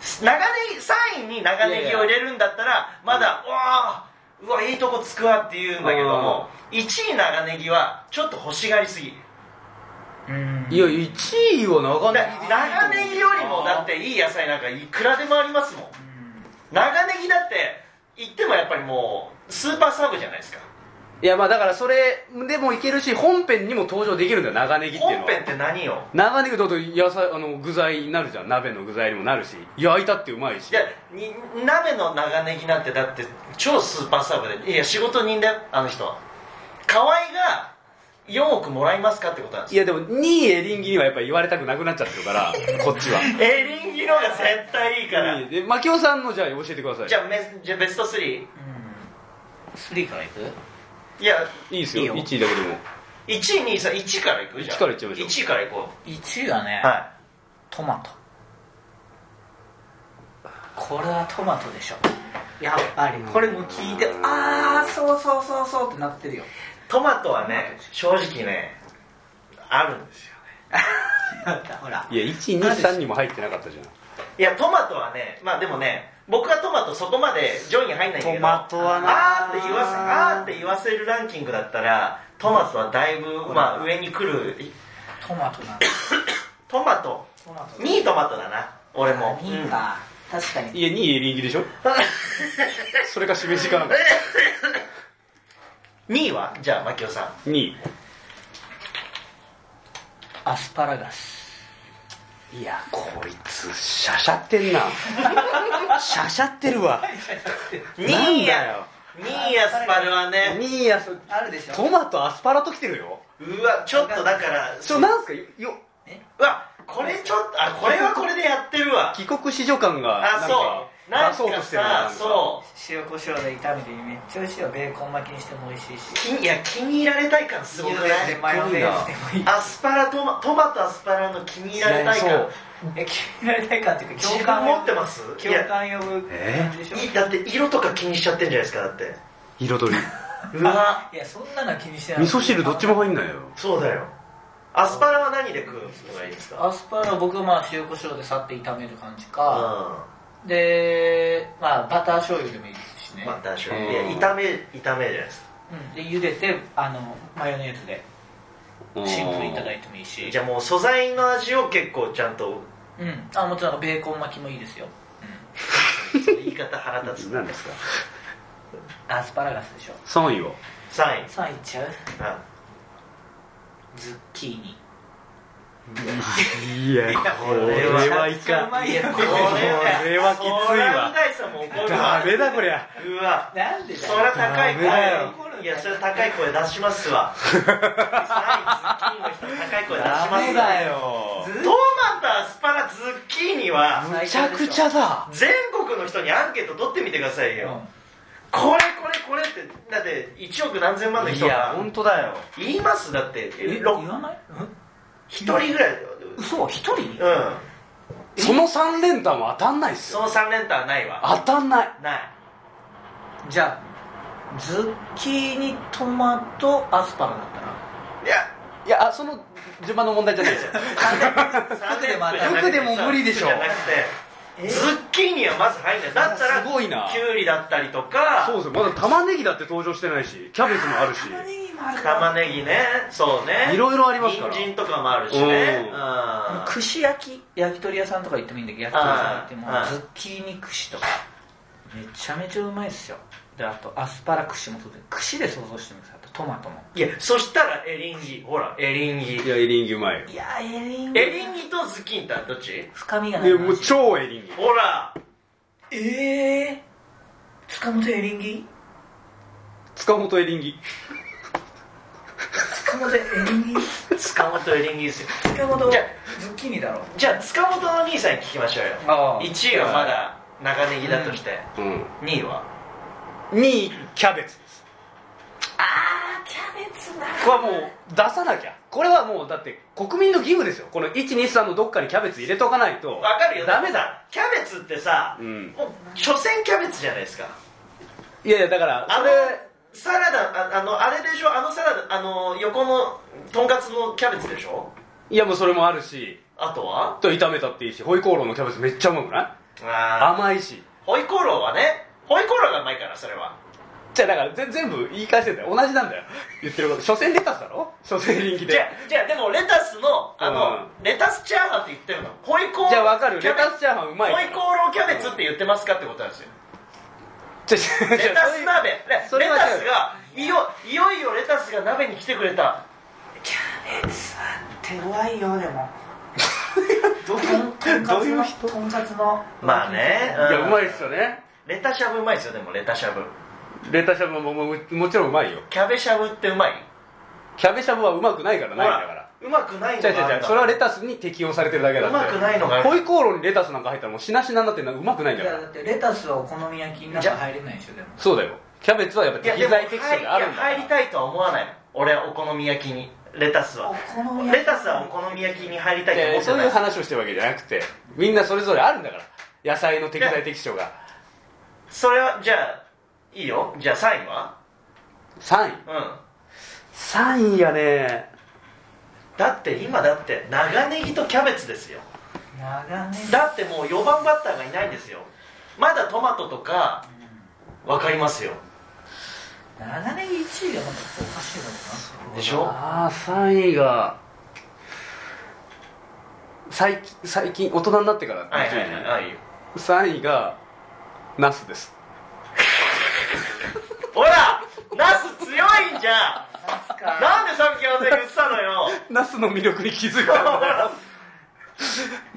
Speaker 9: 長ネギ3位に長ネギを入れるんだったらまだうわーうわいいとこつくわって言うんだけども1位長ネギはちょっと欲しがりすぎ
Speaker 7: いや1位は長ネ
Speaker 9: だ長ネギよりもだっていい野菜なんかいくらでもありますもん長ネギだって言ってもやっぱりもうスーパーサブじゃないですか
Speaker 7: ギいやまあだからそれでもいけるし本編にも登場できるんだよ長ネギっていう
Speaker 9: 本
Speaker 7: のは
Speaker 9: 編って何よ
Speaker 7: 長ネギだと野菜あの具材になるじゃん鍋の具材にもなるし焼いたってうまいし
Speaker 9: いやに鍋の長ネギなんてだって超スーパーサブでいや仕事人だよあの人は河合が4億もらいますかってことなんです
Speaker 7: いやでも2位エリンギにはやっぱ言われたくなくなっちゃってるからこっちは
Speaker 9: エリンギのが絶対いいから
Speaker 7: でマキオさんのじゃあ教えてください
Speaker 9: じゃあめじゃあベスト 3?
Speaker 11: 3からいく
Speaker 9: いや
Speaker 7: いいですよ
Speaker 11: いいよ
Speaker 7: 1位だけでも
Speaker 9: 1位2位3 1からいくじゃあ
Speaker 7: 1からいっちゃいましょう
Speaker 9: 1からいこ
Speaker 11: 1位はね、
Speaker 9: うは
Speaker 11: トマトこれはトマトでしょやっぱりこれも聞いてああそうそうそうそうってなってるよ
Speaker 9: いトマトはね正直ねあるんですよ
Speaker 11: ほら
Speaker 7: いや123にも入ってなかったじゃん
Speaker 9: いやトマトはねまあでもね僕はトマトそこまで上位入んないんだけど
Speaker 7: トマトはな
Speaker 9: あーって言わせあーって言わせるランキングだったらトマトはだいぶ、まあ、上に来る
Speaker 11: トマトなんだ
Speaker 9: トマト
Speaker 11: トマト
Speaker 9: 2位トマトだな俺も
Speaker 11: いいか、確かに
Speaker 7: いや2位エリンギでし (laughs) ょそれかしめじかなんか
Speaker 9: 2位はじゃあマキオさん
Speaker 7: 2位
Speaker 11: アスパラガス
Speaker 7: いやこいつしゃしゃってんなしゃしゃってるわ
Speaker 9: 2
Speaker 7: なん
Speaker 9: 位
Speaker 7: だ
Speaker 9: や
Speaker 7: よ
Speaker 9: 2位アスパルはね
Speaker 7: 2位やそ
Speaker 11: あるでし
Speaker 7: トマトアスパラときてるよ
Speaker 9: うわちょっとだから
Speaker 7: ちょなんすかよよ
Speaker 9: うわこれちょっとあこれはこれでやってるわ
Speaker 7: 帰国子女感が
Speaker 9: あ
Speaker 7: なんか
Speaker 9: そうなんかさそう
Speaker 4: 塩コショウで炒めてめっちゃ美味しいよベーコン巻きにしても美味しいし
Speaker 9: きいや気に入られたい感すごくない
Speaker 4: いやマヨネーズでもいい
Speaker 9: アスパラトマトマトアスパラの気に入られたい
Speaker 4: いやそ
Speaker 9: 感
Speaker 4: うえ気に入られたい感っていうか
Speaker 9: 自
Speaker 4: 共
Speaker 9: 分
Speaker 4: 感
Speaker 9: 持ってます
Speaker 4: 共感呼ぶ感じでしょ
Speaker 9: いやいだって色とか気にしちゃってんじゃないですかだって
Speaker 7: 彩り
Speaker 9: うわ
Speaker 4: いやそんなの気にしてない
Speaker 7: 味噌汁どっちも入んないよ
Speaker 9: そうだよアスパラは何で食うのがいいですか
Speaker 4: アスパラ僕はまあ塩コショウでさって炒める感じかでまあバター醤油でもいいですしね
Speaker 9: バター醤油いや炒め炒めるじゃないですか
Speaker 4: うんで茹でてあのマヨネーズでシンプルいただいてもいいし
Speaker 9: じゃあもう素材の味を結構ちゃんと
Speaker 4: うんあもちろんベーコン巻きもいいですよ
Speaker 9: 言い方腹立つ
Speaker 7: 何ですか
Speaker 4: アスパラガスでしょ
Speaker 7: 3位は
Speaker 9: 3位
Speaker 4: 3位いっちゃうズッキーニ
Speaker 7: いやこれはいかんこ
Speaker 4: いやこ
Speaker 7: れはきついわ
Speaker 9: さんも怒るわ
Speaker 7: ダメだこりゃ
Speaker 9: うわ
Speaker 4: なんでだよ
Speaker 9: そりゃ高い
Speaker 7: ダメだよ
Speaker 9: 声いやそりゃ高い声出します
Speaker 7: (laughs)
Speaker 9: わ3位ズッキーニの人高い声出しますわ
Speaker 7: ダメだよ
Speaker 9: トマトアスパラズッキーニは
Speaker 7: むちゃくちゃだ
Speaker 9: 全国の人にアンケート取ってみてくださいよ、これこれこれってだって1億何千万の人
Speaker 7: いや
Speaker 9: が
Speaker 7: 本当だよ
Speaker 9: 言いますだってえろ
Speaker 4: 言わない
Speaker 9: 一人ぐらいだよ
Speaker 4: 嘘一人うん
Speaker 7: その3連単は当たんないっす
Speaker 9: よその3連単はないわ
Speaker 7: 当たんない
Speaker 9: ない
Speaker 4: じゃあズッキーニトマトアスパラだったら
Speaker 9: いや
Speaker 7: いやあその順番の問題じゃないですよ
Speaker 4: 服でもあ
Speaker 7: 服でも無理でしょ
Speaker 9: じゃなくてズッキーニはまず入んないだったら
Speaker 7: すごいな
Speaker 9: キュウリだったりとか
Speaker 7: そうですよまだ玉ねぎだって登場してないしキャベツもあるし
Speaker 9: 玉ねぎねそうね
Speaker 7: いろいろありますから
Speaker 9: 人参とかもあるしね
Speaker 7: う
Speaker 9: うん
Speaker 4: 串焼き焼き鳥屋さんとか行ってもいいんだけど焼き鳥屋さん行っても
Speaker 9: うん
Speaker 4: ズッキーニ串とかめちゃめちゃうまいっすよであとアスパラ串もそうで串で想像してみてくださいあとトマトも
Speaker 9: いやそしたらエリンギほらエリンギ
Speaker 7: いやエリンギうまいよ
Speaker 4: いやエリンギ
Speaker 9: エリンギとズッキーニってどっち
Speaker 4: 深みがない
Speaker 7: いやもう超エリンギ
Speaker 9: ほら
Speaker 4: ええー、塚本エリンギ
Speaker 7: 塚本エリンギ
Speaker 4: 塚本エリンギ
Speaker 9: 塚本エリンギですよ
Speaker 4: 塚本ズッキーニだろ
Speaker 9: じゃあ塚本の兄さんに聞きましょうよ
Speaker 4: ああ
Speaker 9: 1位はまだ長ネギだとして、2位は
Speaker 7: 2位キャベツです
Speaker 4: あーキャベツな
Speaker 7: これはもう出さなきゃこれはもうだって国民の義務ですよこの123のどっかにキャベツ入れとかないと
Speaker 9: わかるよ
Speaker 7: ダメだ
Speaker 9: キャベツってさ、
Speaker 7: うん
Speaker 9: もう所詮キャベツじゃないですか
Speaker 7: いやいやだから
Speaker 9: あのサラダああのあれでしょあのサラダあの横のとんかつもキャベツでしょ
Speaker 7: いやもうそれもあるし
Speaker 9: あとは
Speaker 7: と炒めたっていいしホイコーローのキャベツめっちゃうまくない
Speaker 9: あ
Speaker 7: 甘いし
Speaker 9: ーホイコーローはねホイコーローがうまいからそれは
Speaker 7: じゃあだからぜ全部言い返してんだよ同じなんだよ言ってること所詮レタスだろ所詮人気で
Speaker 9: じゃあじゃあでもレタスのあの、レタスチャーハンって言ってるのホイコーロー
Speaker 7: じゃあわかる
Speaker 9: キャベ
Speaker 7: レタスチャーハンうまいか
Speaker 9: ホ
Speaker 7: ら
Speaker 9: イコーローキャベツって言ってますかってことなんですよ
Speaker 7: じゃあじゃあ
Speaker 9: レタス鍋ね
Speaker 7: それ
Speaker 9: レ
Speaker 7: は
Speaker 9: タスがいよいよいよレタスが鍋に来てくれた
Speaker 4: キャベツは手強いよでもどう
Speaker 7: どういう
Speaker 4: 人とんかつの
Speaker 9: まあね、
Speaker 7: いやうまい
Speaker 9: い
Speaker 7: っすよね
Speaker 9: レタしゃぶうまいですよでもレタしゃぶ
Speaker 7: レタしゃぶももももちろんうまいよ
Speaker 9: キャベしゃぶってうまい
Speaker 7: キャベしゃぶはうまくないからないんだから
Speaker 9: うまくないの
Speaker 7: 違う違う
Speaker 9: が
Speaker 7: 違
Speaker 9: あ
Speaker 7: う
Speaker 9: るから
Speaker 7: それはレタスに適用されてるだけだって
Speaker 9: うまくないのがある
Speaker 7: ホイコーローにレタスなんか入ったらもうしなしなになってなんかうまくないんだ
Speaker 4: い
Speaker 7: か
Speaker 4: やだ
Speaker 7: ら
Speaker 4: ってレタスはお好み焼きになんか入れないでしょでも
Speaker 7: そうだよキャベツはやっぱ
Speaker 9: いや
Speaker 7: 適
Speaker 9: でも
Speaker 7: 材
Speaker 9: 入
Speaker 7: 適所があるん
Speaker 9: い
Speaker 7: だ
Speaker 9: や入りたいとは思わないの俺はお好み焼きにレタスは
Speaker 4: 好み焼き
Speaker 9: レタスはお好み焼きに入りたいと
Speaker 7: で
Speaker 9: 思って
Speaker 7: そう
Speaker 9: ない
Speaker 7: いう話をしてるわけじゃなくてみんなそれぞれあるんだから野菜の適材適所が
Speaker 9: それはじゃあいいよじゃあ3位は
Speaker 7: 3位
Speaker 9: う
Speaker 7: 3
Speaker 9: ん
Speaker 7: 位やね
Speaker 9: だって今だって長ネギとキャベツですよ
Speaker 4: 長ね
Speaker 9: だってもう4番バッターがいないんですよまだトマトとかわかりますよ
Speaker 4: 長ネギ1位が本当おかしいのか
Speaker 9: でしょ
Speaker 7: ああ3位が最近最近大人になってから
Speaker 9: はいはいはいはい
Speaker 7: 3位がナスです
Speaker 9: ほらナス強いんじゃんなんでさっきまで言ってたのよ
Speaker 7: ナスの魅力に気づいたんだよ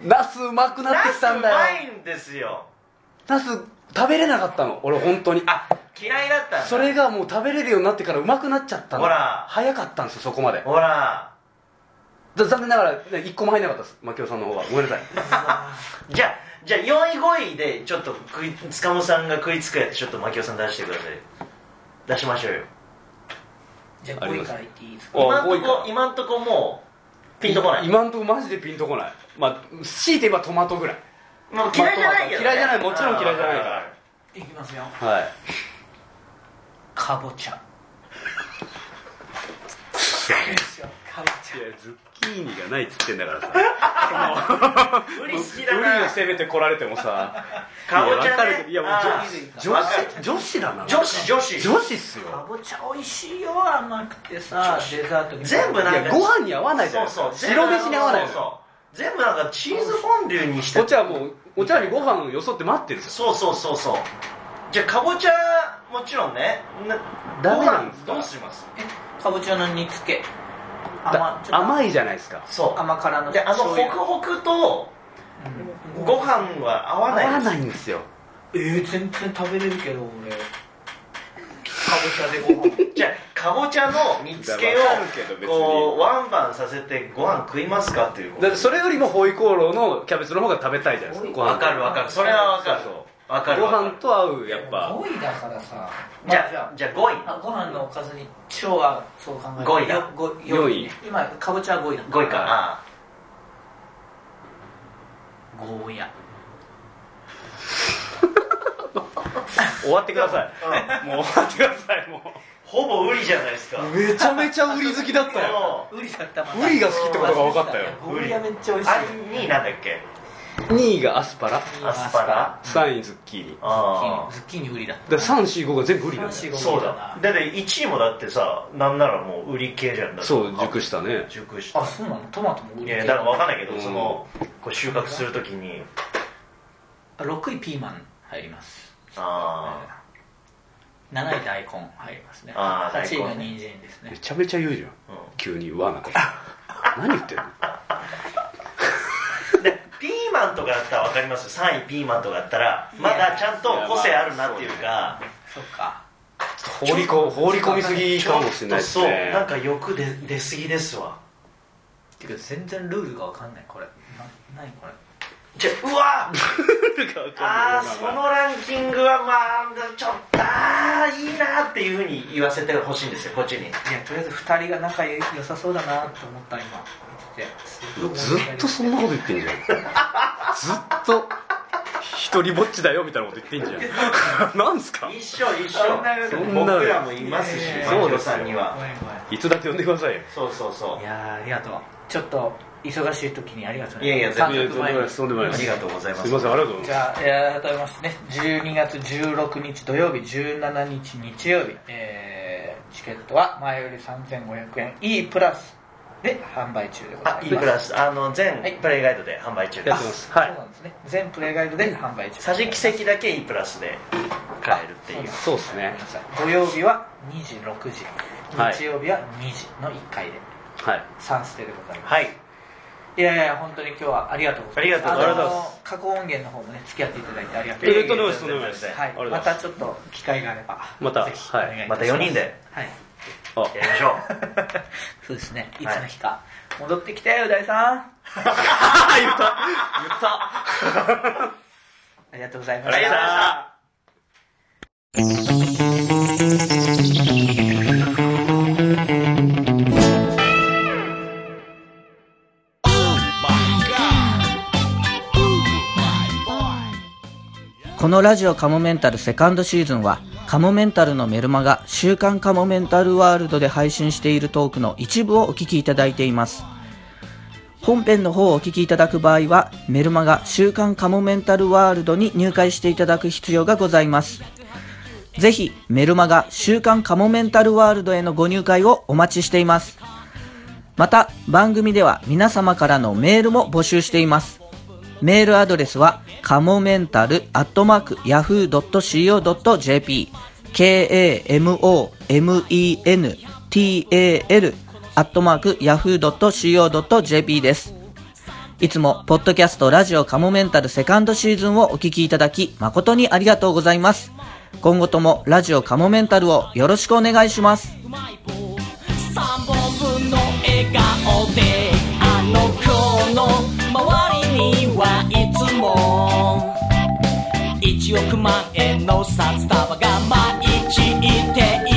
Speaker 7: ナスうまくなってきたんだよ
Speaker 9: ナスうまいんですよ
Speaker 7: ナス食べれなかったの俺本当にあ
Speaker 9: 嫌いだったんだ
Speaker 7: それがもう食べれるようになってからうまくなっちゃったの
Speaker 9: ほら
Speaker 7: 早かったんですよそこまで
Speaker 9: ほら
Speaker 7: だ残念ながら1個も入んなかったです槙尾さんの方はごめんなさい
Speaker 9: じゃあじゃあ4位5位でちょっと食い塚本さんが食いつくやつちょっと槙尾さん出してください出しましょうよ
Speaker 12: じゃ
Speaker 7: あ5位からい
Speaker 12: っていいです
Speaker 7: か
Speaker 9: 今ん
Speaker 7: あ5
Speaker 9: と
Speaker 7: 位
Speaker 9: こ今んとこもうピンとこない
Speaker 7: 今んとこマジでピンとこないまあ強いて言えばトマトぐらい
Speaker 9: もう嫌いじゃないよね
Speaker 7: まあトマト嫌いじゃないもちろん嫌いじゃないから
Speaker 4: いきますよ
Speaker 7: はい
Speaker 4: かぼちゃ
Speaker 7: かぼちゃズッキーニがないっつってんだからさ (laughs)
Speaker 9: 無
Speaker 7: 無
Speaker 9: 理
Speaker 7: 理
Speaker 9: 好きだ
Speaker 7: 無理
Speaker 9: な
Speaker 7: を攻めてこられてもさ
Speaker 9: かぼち
Speaker 7: いや
Speaker 9: ゃね
Speaker 7: わかるけどいやもう
Speaker 9: あー
Speaker 7: 女女子女子だな
Speaker 9: 女子女子
Speaker 7: 女子っすよ
Speaker 4: かぼちゃ美味しいよ甘くてさデザートに
Speaker 9: 全部なんか
Speaker 7: いやご飯に合わないじゃないですか
Speaker 9: そうそう
Speaker 7: 白飯に合わないのよ
Speaker 9: そうそう全部なんかチーズフォンデュにして
Speaker 7: こっちはもうお茶にご飯をよそって待ってるんですよ
Speaker 9: そうそうそうそうじゃあかぼちゃもちろんねな
Speaker 7: ダメなんですか
Speaker 9: ご飯どうします
Speaker 4: えかぼちゃの煮つけ
Speaker 7: だ
Speaker 4: 甘ちょっと
Speaker 7: 甘いじゃないですか
Speaker 9: そう
Speaker 4: 甘辛の
Speaker 9: であの
Speaker 4: 醤油
Speaker 9: ホクホクとご飯は合
Speaker 7: 合
Speaker 9: わない
Speaker 7: わないんですよ
Speaker 4: えー、全然食べれるけど俺か
Speaker 9: ぼちゃでご飯 (laughs) じゃあかぼちゃの煮つけ
Speaker 7: わかるけど別
Speaker 9: を
Speaker 7: に
Speaker 9: こうワンバンさせてご飯食いますかっていう
Speaker 7: だってそれよりもホイコーローのキャベツの方が食べたいじゃないですか
Speaker 9: わかるわかるそれはわかるわかる
Speaker 7: ご
Speaker 9: わかる
Speaker 7: 飯と合うやっぱ
Speaker 4: 5位だからさ
Speaker 9: じゃあじゃあ5位
Speaker 4: あご飯のおかずに今日はそう考え
Speaker 9: 5位だ
Speaker 4: 4位今かぼちゃは5位だ
Speaker 9: 5位かな
Speaker 4: ゴーヤ
Speaker 7: 終わってくださいもう終わってくださいも
Speaker 9: ほぼウリじゃないですか
Speaker 7: うめちゃめちゃ売り好きだったよ
Speaker 4: ウリだったま
Speaker 7: ウリが好きってことが分かったよ
Speaker 4: ゴーヤめっちゃ美味しい
Speaker 9: あれ2位なんだっけ
Speaker 7: 2位がアスパラ
Speaker 9: アスパラ
Speaker 7: 3位ズッキーニ
Speaker 9: あ
Speaker 4: ズッキーニウリだ
Speaker 7: 345が全部売りなんだ
Speaker 4: 345
Speaker 7: よ
Speaker 9: あそうだだって1位もだってさなんならもう売り系じゃんだって
Speaker 7: そう熟したね
Speaker 9: 熟した
Speaker 4: あそうなのトマトもウ
Speaker 9: い
Speaker 4: リ
Speaker 9: やだから分かんないけど、
Speaker 7: うん
Speaker 9: そのこう収穫するときに
Speaker 4: 6位ピーマン入ります
Speaker 9: あ
Speaker 4: 7位大根入りますね
Speaker 9: あー
Speaker 4: 8位が
Speaker 9: 大根ね
Speaker 4: 人参です
Speaker 7: め
Speaker 4: ね
Speaker 7: ちゃめちゃ言うじゃん
Speaker 9: あ、うん
Speaker 7: 急に和なこと何言ってんの
Speaker 9: でピーマンとかだったら分かりますよ3位ピーマンとかだったらまだちゃんと個性あるなっていうか
Speaker 4: そっか
Speaker 7: 放りこ放り込みすぎかもしれないです
Speaker 9: そう
Speaker 7: ね
Speaker 9: なんか欲出出すぎですわ
Speaker 4: てか全然ルールがわかんないこれな何これ
Speaker 9: じゃうわああそのランキングはまあちょっとあーいいなっていうふうに言わせてほしいんですよこっち
Speaker 4: い
Speaker 9: に
Speaker 4: やとりあえず2人が仲良さそうだなと思った今見ててすごい
Speaker 7: ずっとそんなこと言ってんじゃんずっと一人ぼっちだよみたいなこと言ってんじゃんなんすか
Speaker 9: 一緒一緒
Speaker 7: そんな
Speaker 9: 僕らもいますし
Speaker 4: いやいや
Speaker 7: いや
Speaker 9: マキロさんには
Speaker 4: 怖い怖い
Speaker 7: いつだって呼んでくださいよ
Speaker 9: そうそうそう
Speaker 4: いやーありがとうちょっと忙しい時にありがとうね
Speaker 9: いやいや全
Speaker 4: 単
Speaker 9: 然
Speaker 4: 独前に
Speaker 7: とんでもない
Speaker 9: あ
Speaker 7: です
Speaker 9: りがとうございます
Speaker 7: すいませんありがとうござい
Speaker 4: じ
Speaker 7: ま
Speaker 4: ゃあ、えー改めますね12月16日土曜日17日日曜日、えーチケットは前より3500円 E プラスで販売中でございま
Speaker 9: あ
Speaker 4: す
Speaker 9: いいプラスあの
Speaker 4: はい
Speaker 9: 全プレイガイドで販売中
Speaker 7: すやって
Speaker 9: で
Speaker 7: ますす
Speaker 4: は
Speaker 7: はい
Speaker 4: そうなんですね全プレイガイドで販売中
Speaker 9: 桟敷席だけいいプラスで買えるっていう
Speaker 7: そうです
Speaker 4: ごめん
Speaker 7: ね
Speaker 4: なさい土曜日は2時6時
Speaker 7: はい
Speaker 4: 日曜日は2時の1回で
Speaker 7: はい
Speaker 4: 3ステでございます、
Speaker 9: はい
Speaker 4: い、やいや本当に今日はありがとうございます
Speaker 9: ありがとうございます
Speaker 4: あのー過去音源の方もね付き合っていただいてありがとうございます
Speaker 7: えーとんでもないですとんでもないです
Speaker 4: は
Speaker 7: あ
Speaker 4: い
Speaker 7: り、が
Speaker 4: ま
Speaker 7: とうござい
Speaker 4: たちょっと機会があれば
Speaker 7: また
Speaker 4: ぜひ
Speaker 7: はい
Speaker 4: お願いい
Speaker 9: ま
Speaker 4: た
Speaker 9: た
Speaker 4: し
Speaker 9: 4
Speaker 4: ます
Speaker 9: 人で
Speaker 4: はい
Speaker 7: あ
Speaker 9: やりましょう
Speaker 4: (laughs) そうですねいつの日か、戻ってきたよ大さん (laughs)
Speaker 7: 言った言った
Speaker 4: ありがとうございま
Speaker 9: あ
Speaker 4: し
Speaker 9: りがとうございました
Speaker 4: たこのラジオカモメンタルセカンドシーズンは、カモメンタルのメルマガ、週刊カモメンタルワールドで配信しているトークの一部をお聞きいただいています。本編の方をお聞きいただく場合は、メルマガ、週刊カモメンタルワールドに入会していただく必要がございます。ぜひ、メルマガ、週刊カモメンタルワールドへのご入会をお待ちしています。また、番組では皆様からのメールも募集しています。メールアドレスは、かもめんたるアットマーク、ヤフー .co.jp、k-a-m-o-m-e-n-t-a-l アットマーク、ヤフー .co.jp です。いつも、ポッドキャストラジオカモメンタルセカンドシーズンをお聞きいただき、誠にありがとうございます。今後とも、ラジオカモメンタルをよろしくお願いします。
Speaker 13: 3本分の笑顔であの子の周りにはいつも1億万円の札束が舞い散ってい